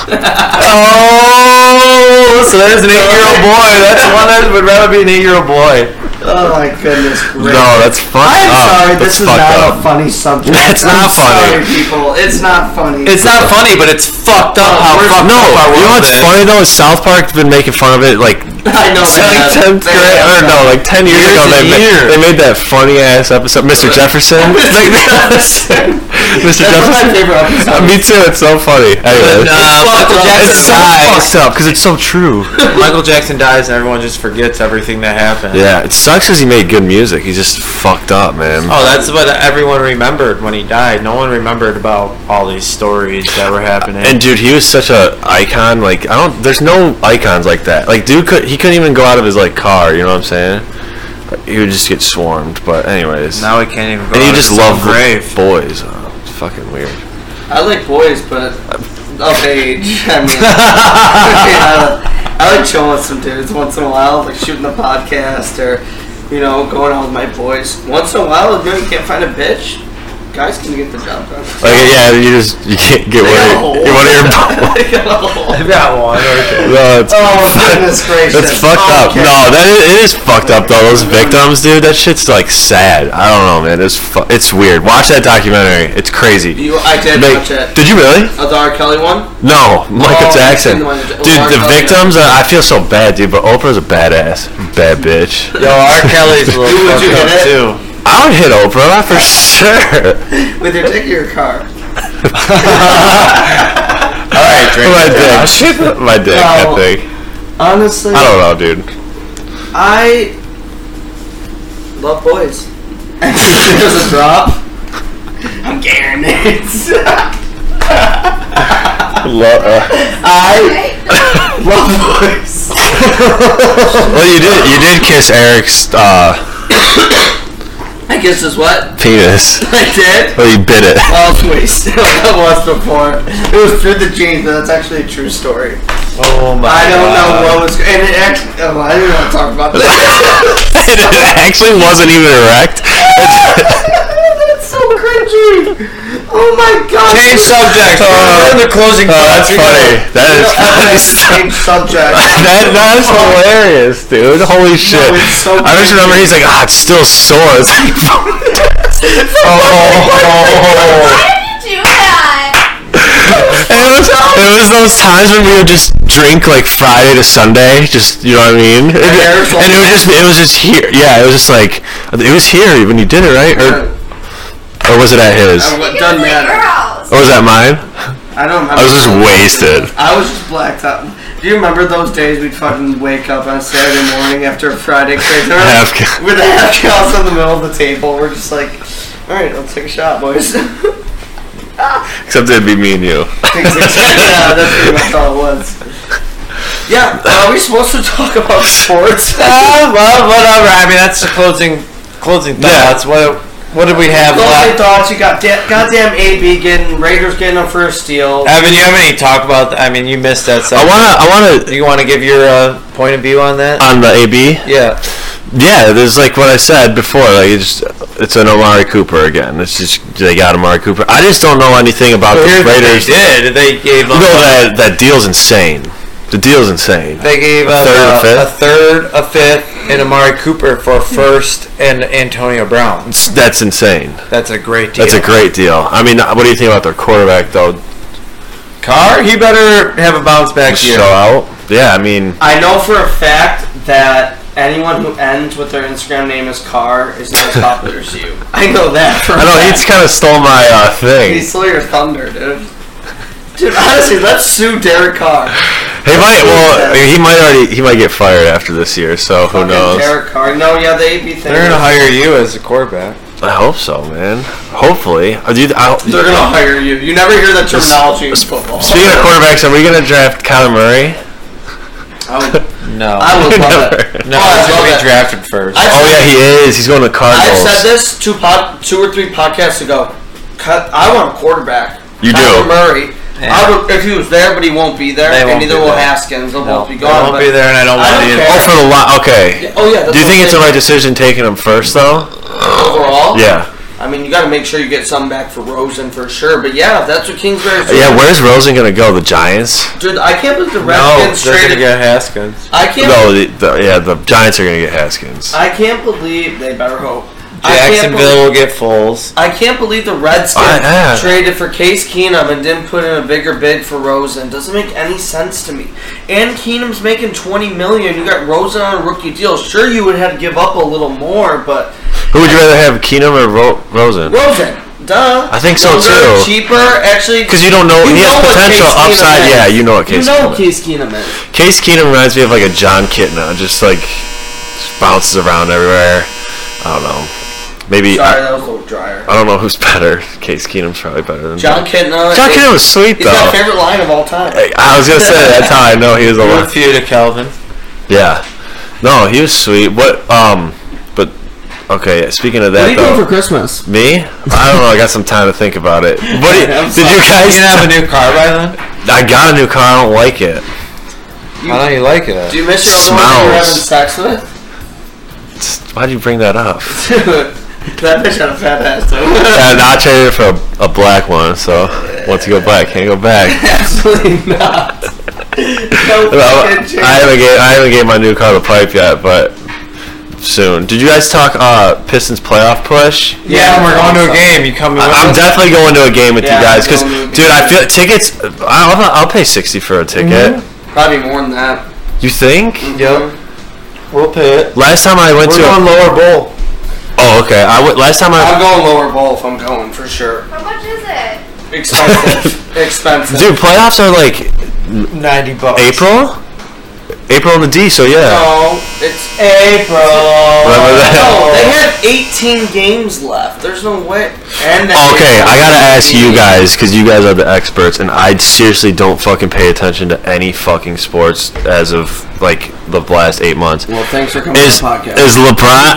Speaker 1: so there's an eight year old boy. That's the one that would rather be an eight year old boy.
Speaker 2: Oh my goodness
Speaker 5: No,
Speaker 2: gracious.
Speaker 5: that's fucked
Speaker 2: I'm
Speaker 5: up.
Speaker 2: sorry,
Speaker 5: Ah,
Speaker 2: this
Speaker 5: That's
Speaker 2: is
Speaker 5: fucked
Speaker 2: not
Speaker 5: up.
Speaker 2: a funny subject.
Speaker 5: It's
Speaker 2: I'm
Speaker 5: not funny.
Speaker 2: Sorry, people. It's not funny.
Speaker 1: It's not funny, but it's fucked up how
Speaker 2: Where's-
Speaker 1: fucked
Speaker 5: Oh, No,
Speaker 1: up our
Speaker 5: you know
Speaker 1: world
Speaker 5: what's
Speaker 1: is.
Speaker 5: funny though? Is South Park's been making fun of it like
Speaker 2: I know
Speaker 5: It's like
Speaker 2: that.
Speaker 5: 10th grade, or no, like 10 years,
Speaker 1: Years
Speaker 5: ago,
Speaker 1: and
Speaker 5: they, ma-
Speaker 1: years.
Speaker 5: they made that funny ass episode, Mr. Jefferson. Like, Mr.
Speaker 2: That's my
Speaker 5: Jefferson.
Speaker 2: favorite episode.
Speaker 5: Uh, Me too, it's so funny. Anyway,
Speaker 1: But, uh, Michael
Speaker 5: it's
Speaker 1: Jackson
Speaker 5: so
Speaker 1: dies.
Speaker 5: fucked up because it's so true.
Speaker 1: Michael Jackson dies, and everyone just forgets everything that happened.
Speaker 5: yeah, it sucks because he made good music. He just fucked up, man.
Speaker 1: Oh, that's what everyone remembered when he died. No one remembered about all these stories that were happening.
Speaker 5: And dude, he was such a icon. Like I don't, there's no icons like that. Like dude, could he couldn't even go out of his like car. You know what I'm saying? Like, He would just get swarmed. But anyways,
Speaker 1: now he can't even go.
Speaker 5: and
Speaker 1: out
Speaker 5: you
Speaker 1: of
Speaker 5: just
Speaker 1: his
Speaker 5: love
Speaker 1: own grave.
Speaker 5: boys. Oh, it's fucking weird.
Speaker 2: I like boys, but of age. I mean, yeah, I like chilling with some dudes once in a while, like shooting a podcast or, you know, going out with my boys. Once in a while, if you can't find a bitch, guys can get the job done.
Speaker 5: Like yeah, you just you can't get one.
Speaker 2: got a
Speaker 5: Of,
Speaker 2: hole.
Speaker 5: your- one of your
Speaker 1: I've got one. Okay.
Speaker 5: no, it's
Speaker 2: oh, goodness gracious.
Speaker 5: that's fucked up. No, that is, it is fucked up though. Those victims, dude. That shit's like sad. I don't know, man. It's fu- it's weird. Watch that documentary. It's crazy.
Speaker 2: You, I did
Speaker 5: Like,
Speaker 2: watch it.
Speaker 5: did you really?
Speaker 2: Oh, the R. Kelly one?
Speaker 5: No,
Speaker 2: Oh,
Speaker 5: Michael Jackson.
Speaker 2: the one that-
Speaker 5: Dude,
Speaker 2: Oprah
Speaker 5: the
Speaker 2: Winfrey.
Speaker 5: victims, uh, I feel so bad, dude, but Oprah's a badass. Bad bitch.
Speaker 1: Yo, R. Kelly's a
Speaker 2: Who
Speaker 1: little
Speaker 2: would
Speaker 1: fucked
Speaker 2: you
Speaker 1: up
Speaker 2: hit it?
Speaker 1: too.
Speaker 5: I would hit Oprah, for sure.
Speaker 2: With your dick in your
Speaker 1: All
Speaker 2: car.
Speaker 1: right,
Speaker 5: My
Speaker 1: drink.
Speaker 5: dick. My dick,
Speaker 2: No.
Speaker 5: I think.
Speaker 2: Honestly,
Speaker 5: I don't know, dude.
Speaker 2: I love boys. There's a drop. I'm getting it.
Speaker 5: Lo- uh,
Speaker 2: I love boys.
Speaker 5: well, you did you did kiss Eric's uh,
Speaker 2: I guess is what
Speaker 5: penis.
Speaker 2: I did.
Speaker 5: Well, you bit it.
Speaker 2: I was wasted. I was before. It was through the jeans, but that's actually a true story.
Speaker 1: Oh my.
Speaker 2: I don't know
Speaker 1: God.
Speaker 2: what was, and it actually. Oh, I didn't want to talk about that.
Speaker 5: it actually wasn't even erect.
Speaker 1: Oh,
Speaker 2: that's so cringy. Oh my god.
Speaker 1: Change subject.
Speaker 5: Uh,
Speaker 1: We're in the closing.
Speaker 5: Oh, that's
Speaker 1: thoughts.
Speaker 5: funny. That
Speaker 2: You
Speaker 5: is
Speaker 2: know, I
Speaker 5: funny.
Speaker 2: like to change subject.
Speaker 5: That, that is hilarious, dude. Holy shit.
Speaker 2: it's so
Speaker 5: I just remember he's like, ah, it's still sore. It's like, oh.
Speaker 8: Why did you do that?
Speaker 5: And it was it was those times when we would just drink like Friday to Sunday, just you know what I mean. And,
Speaker 2: Aerosol.
Speaker 5: and it was just it was just here, yeah. It was just like it was here when you did it, right? Or or was it at his?
Speaker 2: I
Speaker 8: It
Speaker 2: w-
Speaker 8: was
Speaker 2: doesn't
Speaker 8: like
Speaker 2: matter.
Speaker 8: girls.
Speaker 5: Or was that mine?
Speaker 2: I don't remember.
Speaker 5: I was just wasted.
Speaker 2: I was just blacked out. Do you remember those days we'd fucking wake up on Saturday morning after a Friday crazy?
Speaker 5: Half-
Speaker 2: With a half cows in the middle of the table, we're just like, all right, let's take a shot, boys.
Speaker 5: Except it'd be me and you.
Speaker 2: yeah, that's pretty much all it was. Yeah, uh, are we supposed to talk about sports?
Speaker 1: Ah, well, whatever. I mean, that's the closing, closing thoughts. What, what did we have
Speaker 2: Closing
Speaker 1: left?
Speaker 2: thoughts. You got da- goddamn AB getting Raiders getting a first steal.
Speaker 1: Evan, you have any talk about? I mean, you missed that.
Speaker 5: I
Speaker 1: Segment.
Speaker 5: wanna, I wanna
Speaker 1: You want to give your uh, point of view on that?
Speaker 5: on the AB.
Speaker 1: yeah.
Speaker 5: Yeah, there's like what I said before. Like it's it's an Amari Cooper again. It's just they got Amari Cooper. I just don't know anything about
Speaker 1: So
Speaker 5: the
Speaker 1: here's what they
Speaker 5: Raiders.
Speaker 1: did. They gave
Speaker 5: You
Speaker 1: up.
Speaker 5: know that that deal's insane. The deal's insane.
Speaker 1: They gave
Speaker 5: A
Speaker 1: up
Speaker 5: third, a
Speaker 1: uh,
Speaker 5: fifth?
Speaker 1: a third, a fifth, and Amari Cooper for a first and Antonio Brown.
Speaker 5: It's- That's insane.
Speaker 1: That's a great deal.
Speaker 5: That's a great deal. I mean, what do you think about their quarterback though?
Speaker 1: car. He better have a bounce back year.
Speaker 5: Show out. Yeah, I mean,
Speaker 2: I know for a fact that anyone who ends with their Instagram name as Carr is not as popular as you. I know that for a
Speaker 5: I know
Speaker 2: fact.
Speaker 5: he's kind of stole my uh,
Speaker 2: He
Speaker 5: thing.
Speaker 2: stole your thunder, dude. Dude, honestly, let's sue Derek Carr.
Speaker 5: He might. Well, I mean, he might already. He might get fired after this year. So who
Speaker 2: Fucking
Speaker 5: knows?
Speaker 2: Derek Carr. No, yeah, the AB thing.
Speaker 1: They're gonna hire you as a quarterback.
Speaker 5: I hope so, man. Hopefully, I do. I,
Speaker 2: They're gonna hire you. You never hear that terminology in football.
Speaker 5: Speaking of quarterbacks, are we gonna draft Kyler Murray?
Speaker 2: I would,
Speaker 1: No.
Speaker 2: I would love
Speaker 5: Never.
Speaker 2: it.
Speaker 1: no,
Speaker 2: Oh, I
Speaker 1: he's
Speaker 2: love
Speaker 1: gonna be
Speaker 2: it.
Speaker 1: drafted first.
Speaker 2: I-
Speaker 5: Oh yeah, he is. He's going
Speaker 2: I
Speaker 5: to Cardinals.
Speaker 2: said this two pod, two or three podcasts ago. Cut, I want a quarterback.
Speaker 5: You
Speaker 2: Kyler
Speaker 5: do.
Speaker 2: Murray. I would if he was there, but he won't be there,
Speaker 1: They
Speaker 2: and
Speaker 1: won't
Speaker 2: neither
Speaker 1: be
Speaker 2: will
Speaker 1: there.
Speaker 2: Haskins. They'll
Speaker 1: no,
Speaker 2: both be
Speaker 1: I
Speaker 2: gone.
Speaker 1: won't be
Speaker 2: but-
Speaker 1: there, and I don't
Speaker 2: I
Speaker 1: want
Speaker 2: don't
Speaker 1: to.
Speaker 2: care.
Speaker 5: Oh, for the lot. Okay.
Speaker 2: Oh yeah.
Speaker 5: Do you think it's the right decision taking him first though?
Speaker 2: overall?
Speaker 5: Yeah.
Speaker 2: I mean, you got to make sure you get some back for Rosen for sure. But yeah, that's what Kingsbury's doing.
Speaker 5: Yeah. Where's Rosen gonna go? The Giants?
Speaker 2: Dude, I can't believe the
Speaker 1: No,
Speaker 2: Redskins
Speaker 1: they're gonna
Speaker 2: traded.
Speaker 1: get Haskins.
Speaker 2: I can't.
Speaker 5: No. The, the, yeah. The Giants are gonna get Haskins.
Speaker 2: I can't believe they better hope. I can't
Speaker 1: Jacksonville will get Foles.
Speaker 2: believe- I can't believe the Redskins
Speaker 5: I- yeah.
Speaker 2: traded for Case Keenum and didn't put in a bigger bid for Rosen. Doesn't make any sense to me. And Keenum's making twenty million. You got Rosen on a rookie deal. Sure, you would have to give up a little more, but
Speaker 5: Who would you rather have, Keenum or Ro- Rosen?
Speaker 2: Rosen, duh.
Speaker 5: I think so,
Speaker 2: Rosen,
Speaker 5: too.
Speaker 2: Cheaper, actually,
Speaker 5: Because you don't know.
Speaker 2: You
Speaker 5: he
Speaker 2: know
Speaker 5: has
Speaker 2: what
Speaker 5: potential
Speaker 2: Case Keenum
Speaker 5: upside.
Speaker 2: is.
Speaker 5: Yeah, you know what Case.
Speaker 2: you know
Speaker 5: Keenum is.
Speaker 2: Case Keenum is.
Speaker 5: Case Keenum reminds me of like a John Kitna, just like just bounces around everywhere. I don't know. Maybe
Speaker 2: Sorry,
Speaker 5: I,
Speaker 2: that was a little drier.
Speaker 5: I don't know who's better. Case Keenum's probably better than
Speaker 2: John Kitna.
Speaker 5: John
Speaker 2: is-
Speaker 5: Kitna was sweet
Speaker 2: He's
Speaker 5: though.
Speaker 2: my favorite line of all time.
Speaker 5: Hey, I was gonna say that's how I know he was a
Speaker 1: Good
Speaker 5: lot.
Speaker 1: for you to Calvin.
Speaker 5: Yeah, no, he was sweet. What? Um, but okay. Speaking of that, though,
Speaker 2: Christmas?
Speaker 5: me? I don't know. I got some time to think about it. What do you,
Speaker 2: I'm
Speaker 5: did you guys?
Speaker 1: You gonna have a new car by then?
Speaker 5: I got a new car. I don't like it.
Speaker 1: I know you like it.
Speaker 2: Do you miss your old one you were having
Speaker 5: Smells.
Speaker 2: sex with?
Speaker 5: It's- Why'd you bring that up?
Speaker 2: Dude, that bitch had a fat ass though.
Speaker 5: yeah, no, I traded it for a, a black one. So once you go black, can't go back.
Speaker 2: Absolutely not. No
Speaker 5: Well,
Speaker 2: fucking
Speaker 5: I
Speaker 2: chance.
Speaker 5: haven't gave I haven't gave my new car the pipe yet, but soon. Did you guys talk uh, Pistons playoff push?
Speaker 1: Yeah, we're going to a game. You coming with
Speaker 5: I-
Speaker 1: us?
Speaker 5: I'm definitely going to a game with
Speaker 2: Yeah,
Speaker 5: you
Speaker 2: I'm
Speaker 5: guys because,
Speaker 2: going to a
Speaker 5: dude, I
Speaker 2: game.
Speaker 5: feel tickets. I'll, I'll pay sixty for a ticket.
Speaker 2: Probably more than that.
Speaker 5: You think?
Speaker 1: Yep. We'll pay it.
Speaker 5: Last time I went
Speaker 1: We're
Speaker 5: to.
Speaker 1: going lower bowl.
Speaker 5: oh, okay. I went last time I.
Speaker 2: I'm going lower bowl if I'm going for sure.
Speaker 8: How much is it?
Speaker 2: Expensive. Expensive.
Speaker 5: dude, playoffs are like
Speaker 1: Ninety bucks.
Speaker 5: April. April in the D. So yeah.
Speaker 2: No, it's
Speaker 5: Oh.
Speaker 2: April.
Speaker 5: Remember that?
Speaker 2: No, they had 18 games left. There's no way. And that
Speaker 5: Okay,
Speaker 2: April
Speaker 5: I gotta ask you
Speaker 2: game.
Speaker 5: guys because you guys are the experts, and I seriously don't fucking pay attention to any fucking sports as of like the last eight months.
Speaker 2: Well, thanks for coming
Speaker 5: Is
Speaker 2: on the podcast.
Speaker 5: is LeBron?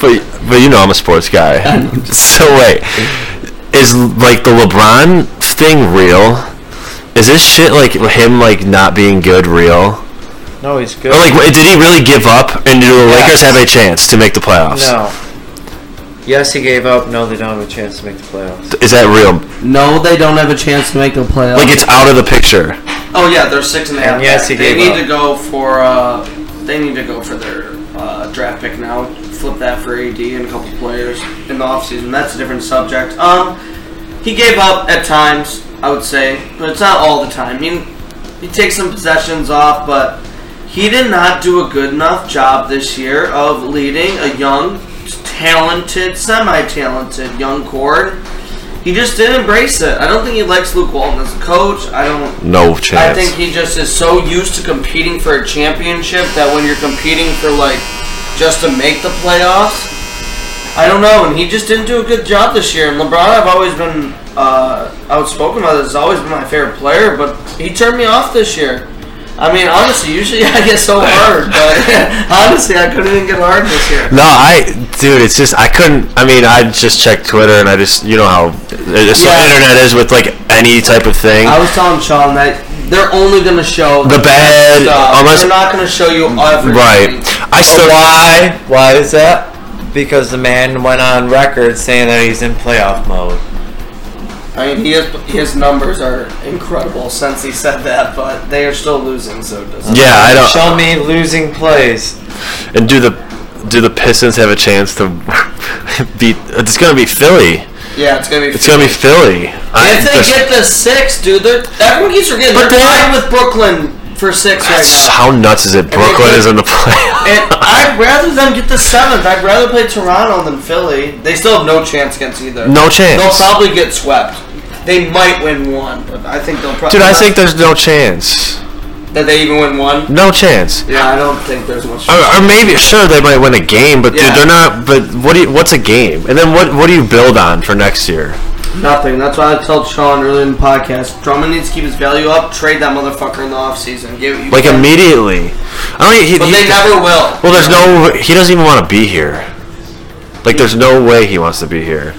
Speaker 5: but but you know I'm a sports guy. so wait, is like the LeBron thing real? Is this shit like him like not being good real?
Speaker 1: No, he's good.
Speaker 5: Or like wait, did he really give up? And do the
Speaker 1: Yes.
Speaker 5: Lakers have a chance to make the playoffs?
Speaker 1: no. Yes, he gave up. No, they don't have a chance to make the playoffs.
Speaker 5: Is that real?
Speaker 13: No, they don't have a chance to make the playoffs.
Speaker 5: Like it's out of the picture.
Speaker 2: Oh yeah, they're six and a half.
Speaker 1: And yes,
Speaker 2: back.
Speaker 1: he
Speaker 2: they
Speaker 1: gave
Speaker 2: need
Speaker 1: up.
Speaker 2: to go for uh, they need to go for their uh, draft pick now. Flip that for AD and a couple players in the offseason. That's a different subject. Um, he gave up at times, I would say, but it's not all the time. I mean, he takes some possessions off, but he did not do a good enough job this year of leading a young, talented, semi-talented young core He just didn't embrace it. I don't think he likes Luke Walton as a coach. I don't.
Speaker 14: No
Speaker 2: I
Speaker 14: chance.
Speaker 2: think he just is so used to competing for a championship that when you're competing for like just to make the playoffs, I don't know. And he just didn't do a good job this year. And LeBron, I've always been uh, outspoken about this. Has always been my favorite player, but he turned me off this year. I mean, honestly, usually I get so hard, but honestly, I couldn't even get hard this year.
Speaker 5: No, I, dude, it's just I couldn't. I mean, I just checked Twitter, and I just, you know how it's the
Speaker 2: Yeah.
Speaker 5: internet is with like any type of thing.
Speaker 2: I was telling Sean that they're only going to show
Speaker 5: The bad,
Speaker 2: stuff.
Speaker 5: unless-
Speaker 2: they're not going to show you everything.
Speaker 5: right. I still.
Speaker 1: Why? Why is that? Because the man went on record saying that he's in playoff mode.
Speaker 2: I mean, he has, his numbers are incredible since he said that, but they are still losing. So does
Speaker 5: Yeah, I don't.
Speaker 1: Show me losing plays.
Speaker 5: And do the do the Pistons have a chance to beat? It's gonna be Philly.
Speaker 2: Yeah, it's gonna be.
Speaker 5: It's gonna be Philly. I-
Speaker 2: if they
Speaker 5: there's-
Speaker 2: get the six, dude, they're, everyone keeps forgetting they're
Speaker 5: But they-
Speaker 2: tied with Brooklyn for six right now.
Speaker 5: how nuts is it? Brooklyn is in the playoffs.
Speaker 2: And I'd rather them get the seventh. I'd rather play Toronto than Philly. They still have no chance against either.
Speaker 5: No chance.
Speaker 2: They'll probably get swept. They might win one, but I think they'll probably.
Speaker 5: Dude, I think there's no chance.
Speaker 2: that they even win one.
Speaker 5: No chance.
Speaker 2: Yeah, I don't think there's much.
Speaker 5: Or, or maybe sure they might win a game, but
Speaker 2: Yeah.
Speaker 5: dude, they're not. But what do you, what's a game? And then what what do you build on for next year?
Speaker 2: Nothing. That's why I told Sean earlier in the podcast. Drummond needs to keep his value up. Trade that motherfucker in the offseason. Give it you
Speaker 5: Like
Speaker 2: can.
Speaker 5: immediately. I don't. He,
Speaker 2: But
Speaker 5: he-
Speaker 2: they never will.
Speaker 5: Well, there's no. He doesn't even want to be here. Like there's no way he wants to be here.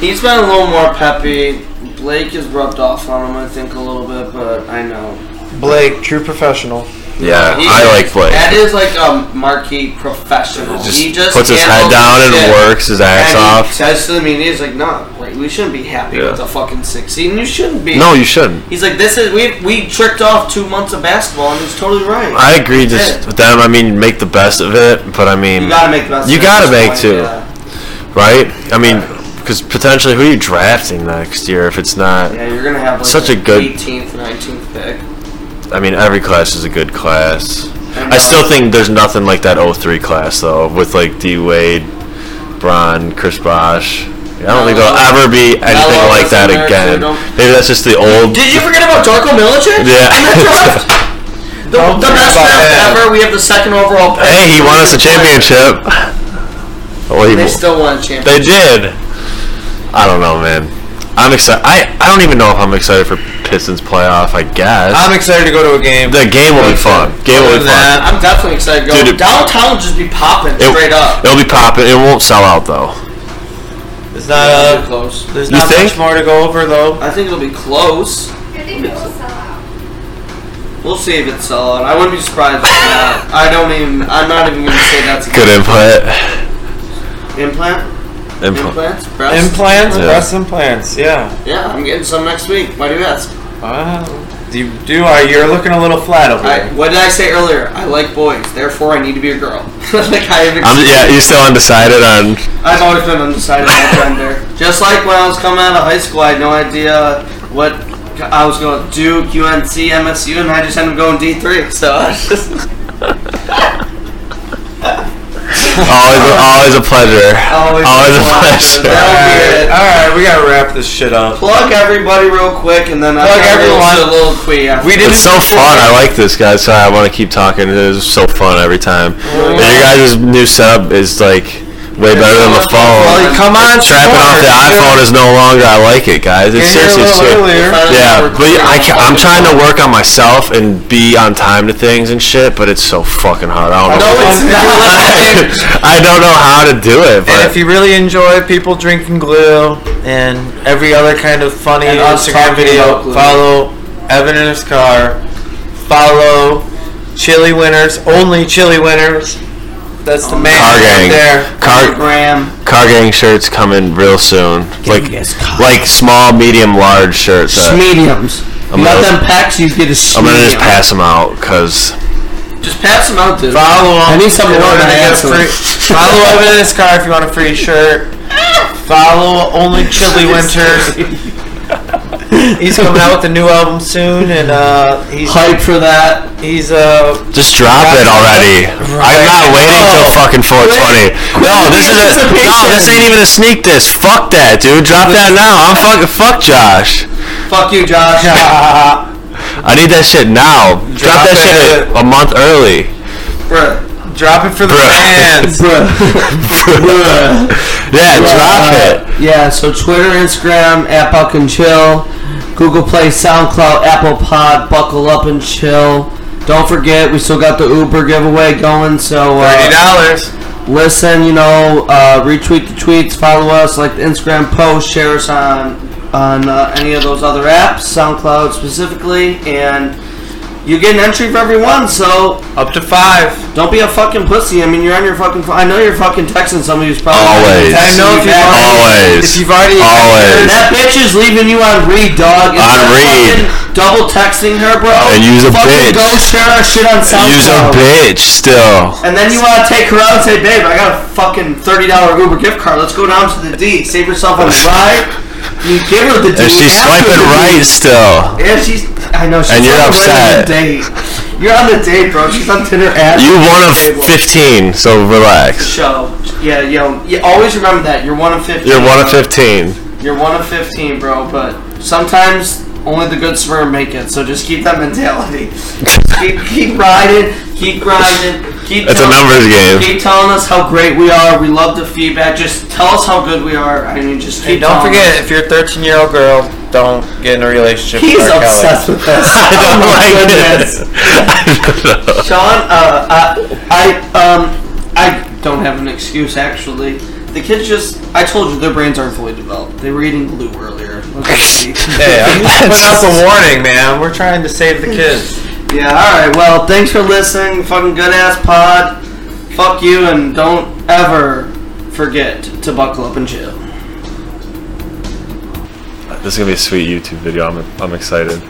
Speaker 2: He's been a little more peppy. Blake has rubbed off on him, I think, a little bit, but I know.
Speaker 1: Blake, true professional.
Speaker 5: Yeah,
Speaker 2: He-
Speaker 5: I like Blake.
Speaker 2: That is like a marquee professional.
Speaker 5: Just
Speaker 2: he just
Speaker 5: puts his head
Speaker 2: handles
Speaker 5: down and
Speaker 2: shit.
Speaker 5: works his ass
Speaker 2: and He
Speaker 5: off.
Speaker 2: says to the media, he's like, "No, wait, we shouldn't be happy
Speaker 5: Yeah.
Speaker 2: with the fucking six seed. and You shouldn't be."
Speaker 5: No, you shouldn't.
Speaker 2: He's like, "This is we we tricked off two months of basketball, and he's totally right."
Speaker 5: I agree just with them. I mean, make the best of it, but I mean,
Speaker 2: You gotta make the best
Speaker 5: You
Speaker 2: of it at
Speaker 5: gotta
Speaker 2: this
Speaker 5: make
Speaker 2: point,
Speaker 5: two,
Speaker 2: yeah.
Speaker 5: right? I mean, because potentially, who are you drafting next year if it's not?
Speaker 2: Yeah, you're gonna have like
Speaker 5: such a
Speaker 2: the
Speaker 5: good.
Speaker 2: 18th, 19th pick.
Speaker 5: I mean, every class is a good class.
Speaker 2: I
Speaker 5: I still think there's nothing like that 03 class though, with like D Wade, Bron, Chris Bosh. I don't think there'll ever be anything
Speaker 2: Melo
Speaker 5: like
Speaker 2: was
Speaker 5: that
Speaker 2: in there, too,
Speaker 5: again.
Speaker 2: don't-
Speaker 5: Maybe that's just the old.
Speaker 2: Did you forget about Darko Milicic?
Speaker 5: Yeah.
Speaker 2: In that draft? The, the best draft ever. We have the second overall pick.
Speaker 5: Hey, he won us a championship. Well, he
Speaker 2: They
Speaker 5: won-
Speaker 2: still won a championship.
Speaker 5: They did. I don't know, man. I'm excited. I, I don't even know if I'm excited for Pistons playoff. I guess
Speaker 1: I'm excited to go to a game.
Speaker 5: the game will be fun. Game will
Speaker 1: Other
Speaker 5: be
Speaker 1: than that,
Speaker 5: fun.
Speaker 2: I'm definitely excited to go.
Speaker 5: Dude, it-
Speaker 2: Downtown will just be popping
Speaker 5: It,
Speaker 2: straight up.
Speaker 5: It'll be popping. It won't sell out though.
Speaker 1: there's not uh,
Speaker 2: it'll be close.
Speaker 1: there's
Speaker 5: You
Speaker 1: not
Speaker 5: think?
Speaker 1: much more to go over though.
Speaker 2: I think it'll be close.
Speaker 8: I think it will sell out.
Speaker 2: We'll see if it's solid. I wouldn't be surprised if not. I don't even. I'm not even gonna say that's a
Speaker 5: Good input.
Speaker 2: implant.
Speaker 5: Input.
Speaker 2: Implants, breasts.
Speaker 1: Implants,
Speaker 5: Yeah.
Speaker 1: breast implants. Yeah.
Speaker 2: Yeah, I'm getting some next week. Why do you ask?
Speaker 1: Wow. Do you do? Are you're looking a little flat over
Speaker 2: I,
Speaker 1: there?
Speaker 2: what did I say earlier? I like boys, therefore I need to be a girl. like I have
Speaker 5: I'm, yeah, you're still undecided on.
Speaker 2: I've always been undecided on gender. Just like when I was coming out of high school, I had no idea what I was going to do, UNC, MSU, and I just ended up going D3. So I was just
Speaker 5: Always, always a pleasure.
Speaker 2: always,
Speaker 5: Always
Speaker 2: That'll
Speaker 5: a pleasure.
Speaker 2: be it.
Speaker 1: All right, we gotta wrap this shit up.
Speaker 2: Plug everybody real quick, and then
Speaker 1: Plug
Speaker 2: I'll
Speaker 1: everyone.
Speaker 2: a little queer. after.
Speaker 1: We didn't.
Speaker 5: It's so fun. I like this, guys. Sorry, I want to keep talking. It is so fun every time. And your guys' new setup is like way better than the phone.
Speaker 1: Well, come on,
Speaker 5: Trapping off the iPhone is no longer. I like it, guys. It's
Speaker 1: Get here
Speaker 5: seriously
Speaker 1: a
Speaker 5: it's
Speaker 1: little
Speaker 5: true.
Speaker 1: earlier.
Speaker 5: Yeah, but I ca I'm trying to work on myself and be on time to things and shit, but it's so fucking hard. I don't know.
Speaker 1: it's
Speaker 5: I don't know how to do it,
Speaker 1: And if
Speaker 5: but
Speaker 1: you really enjoy people drinking glue and every other kind of funny
Speaker 2: And us
Speaker 1: Instagram
Speaker 2: talking
Speaker 1: video,
Speaker 2: about glue.
Speaker 1: follow Evan and his car. Follow Chili Winners, only Chili Winners. That's
Speaker 2: Oh,
Speaker 1: the man
Speaker 5: Car
Speaker 1: out
Speaker 5: gang.
Speaker 1: there.
Speaker 5: car
Speaker 2: Graham.
Speaker 5: car gang shirts coming real soon. Like like small, medium, large shirts. uh,
Speaker 2: Mediums.
Speaker 5: I'm gonna-
Speaker 2: packs you get a
Speaker 5: I'm gonna just
Speaker 2: medium.
Speaker 5: pass them out because
Speaker 2: Just pass them out, dude.
Speaker 1: Follow him.
Speaker 2: I need someone
Speaker 1: in
Speaker 2: to
Speaker 1: order to
Speaker 2: wear my
Speaker 1: get a
Speaker 2: ass
Speaker 1: free. Follow Evan in his car if you want a free shirt. Follow only Chili Winters.
Speaker 15: He's coming out with a new album soon, and uh, he's
Speaker 2: hyped for that.
Speaker 15: He's uh,
Speaker 5: Just drop it already. I'm not waiting till fucking 420. No, this is a no. This ain't even a sneak. This fuck that, dude. Drop that now. I'm fucking fuck Josh.
Speaker 2: Fuck you, Josh.
Speaker 5: I need that shit now.
Speaker 15: Drop
Speaker 5: Drop, that shit
Speaker 15: it.
Speaker 5: a, a month early.
Speaker 15: bruh. Drop it for the fans.
Speaker 5: Yeah, drop it.
Speaker 2: Yeah, so Twitter, Instagram, at Buck and Chill, Google Play, SoundCloud, Apple Pod, Buckle Up and Chill. Don't forget, we still got the Uber giveaway going, so
Speaker 15: Thirty
Speaker 2: uh,
Speaker 15: dollars.
Speaker 2: listen, you know, uh, retweet the tweets, follow us, like the Instagram post, share us on on uh, any of those other apps, SoundCloud specifically, and you get an entry for every one, so
Speaker 15: Up to five.
Speaker 2: don't be a fucking pussy. I mean, you're on your fucking. Phone. I know you're fucking texting somebody who's probably
Speaker 5: Always.
Speaker 15: I
Speaker 2: Texting
Speaker 15: know
Speaker 2: you
Speaker 15: if you've
Speaker 2: back.
Speaker 15: already,
Speaker 5: Always.
Speaker 15: if you've already
Speaker 5: Always.
Speaker 2: That bitch is leaving you on read, dog. Instead
Speaker 5: On
Speaker 2: of
Speaker 5: read.
Speaker 2: fucking Double texting her, bro.
Speaker 5: And use a
Speaker 2: fucking
Speaker 5: bitch.
Speaker 2: Go share our shit on SoundCloud.
Speaker 5: Use a bitch still.
Speaker 2: And then you want to take her out and say, babe, I got a fucking thirty dollar Uber gift card. Let's go down to the D. Save yourself on the ride. You give her the D.
Speaker 5: And she's
Speaker 2: after
Speaker 5: swiping
Speaker 2: the D.
Speaker 5: right still.
Speaker 2: And she's. I know she's.
Speaker 5: And you're
Speaker 2: on the way to
Speaker 5: upset.
Speaker 2: The date. You're on the date, bro. She's on Tinder ass.
Speaker 5: You one of
Speaker 2: Table.
Speaker 5: 15, so relax.
Speaker 2: Show. Yeah, yo. You always remember that. You're one of 15.
Speaker 5: You're one of
Speaker 2: bro.
Speaker 5: 15.
Speaker 2: You're one of 15, bro, but sometimes only the good sperm make it, so just keep that mentality. Just keep, keep riding, keep grinding, keep
Speaker 5: It's a
Speaker 2: telling-
Speaker 5: numbers game.
Speaker 2: Keep telling us how great we are. We love the feedback. Just tell us how good we are. I mean, just keep
Speaker 15: Hey, don't
Speaker 2: telling
Speaker 15: forget,
Speaker 2: us.
Speaker 15: if you're a 13 year old girl, don't get in a relationship
Speaker 2: He's
Speaker 15: with R. Kelly.
Speaker 2: obsessed with us.
Speaker 5: I
Speaker 2: oh
Speaker 5: don't
Speaker 2: my
Speaker 5: like
Speaker 2: goodness.
Speaker 5: this. I don't know.
Speaker 2: Sean, uh, I, I, um, I don't have an excuse actually. The kids just—I told you their brains aren't fully developed. They were eating glue earlier. Let's see.
Speaker 15: Hey, I'm just putting out the warning, man. We're trying to save the kids.
Speaker 2: Yeah, alright, well, thanks for listening, fucking good ass pod. Fuck you, and don't ever forget to buckle up and chill.
Speaker 5: This is gonna be a sweet YouTube video. I'm, I'm excited.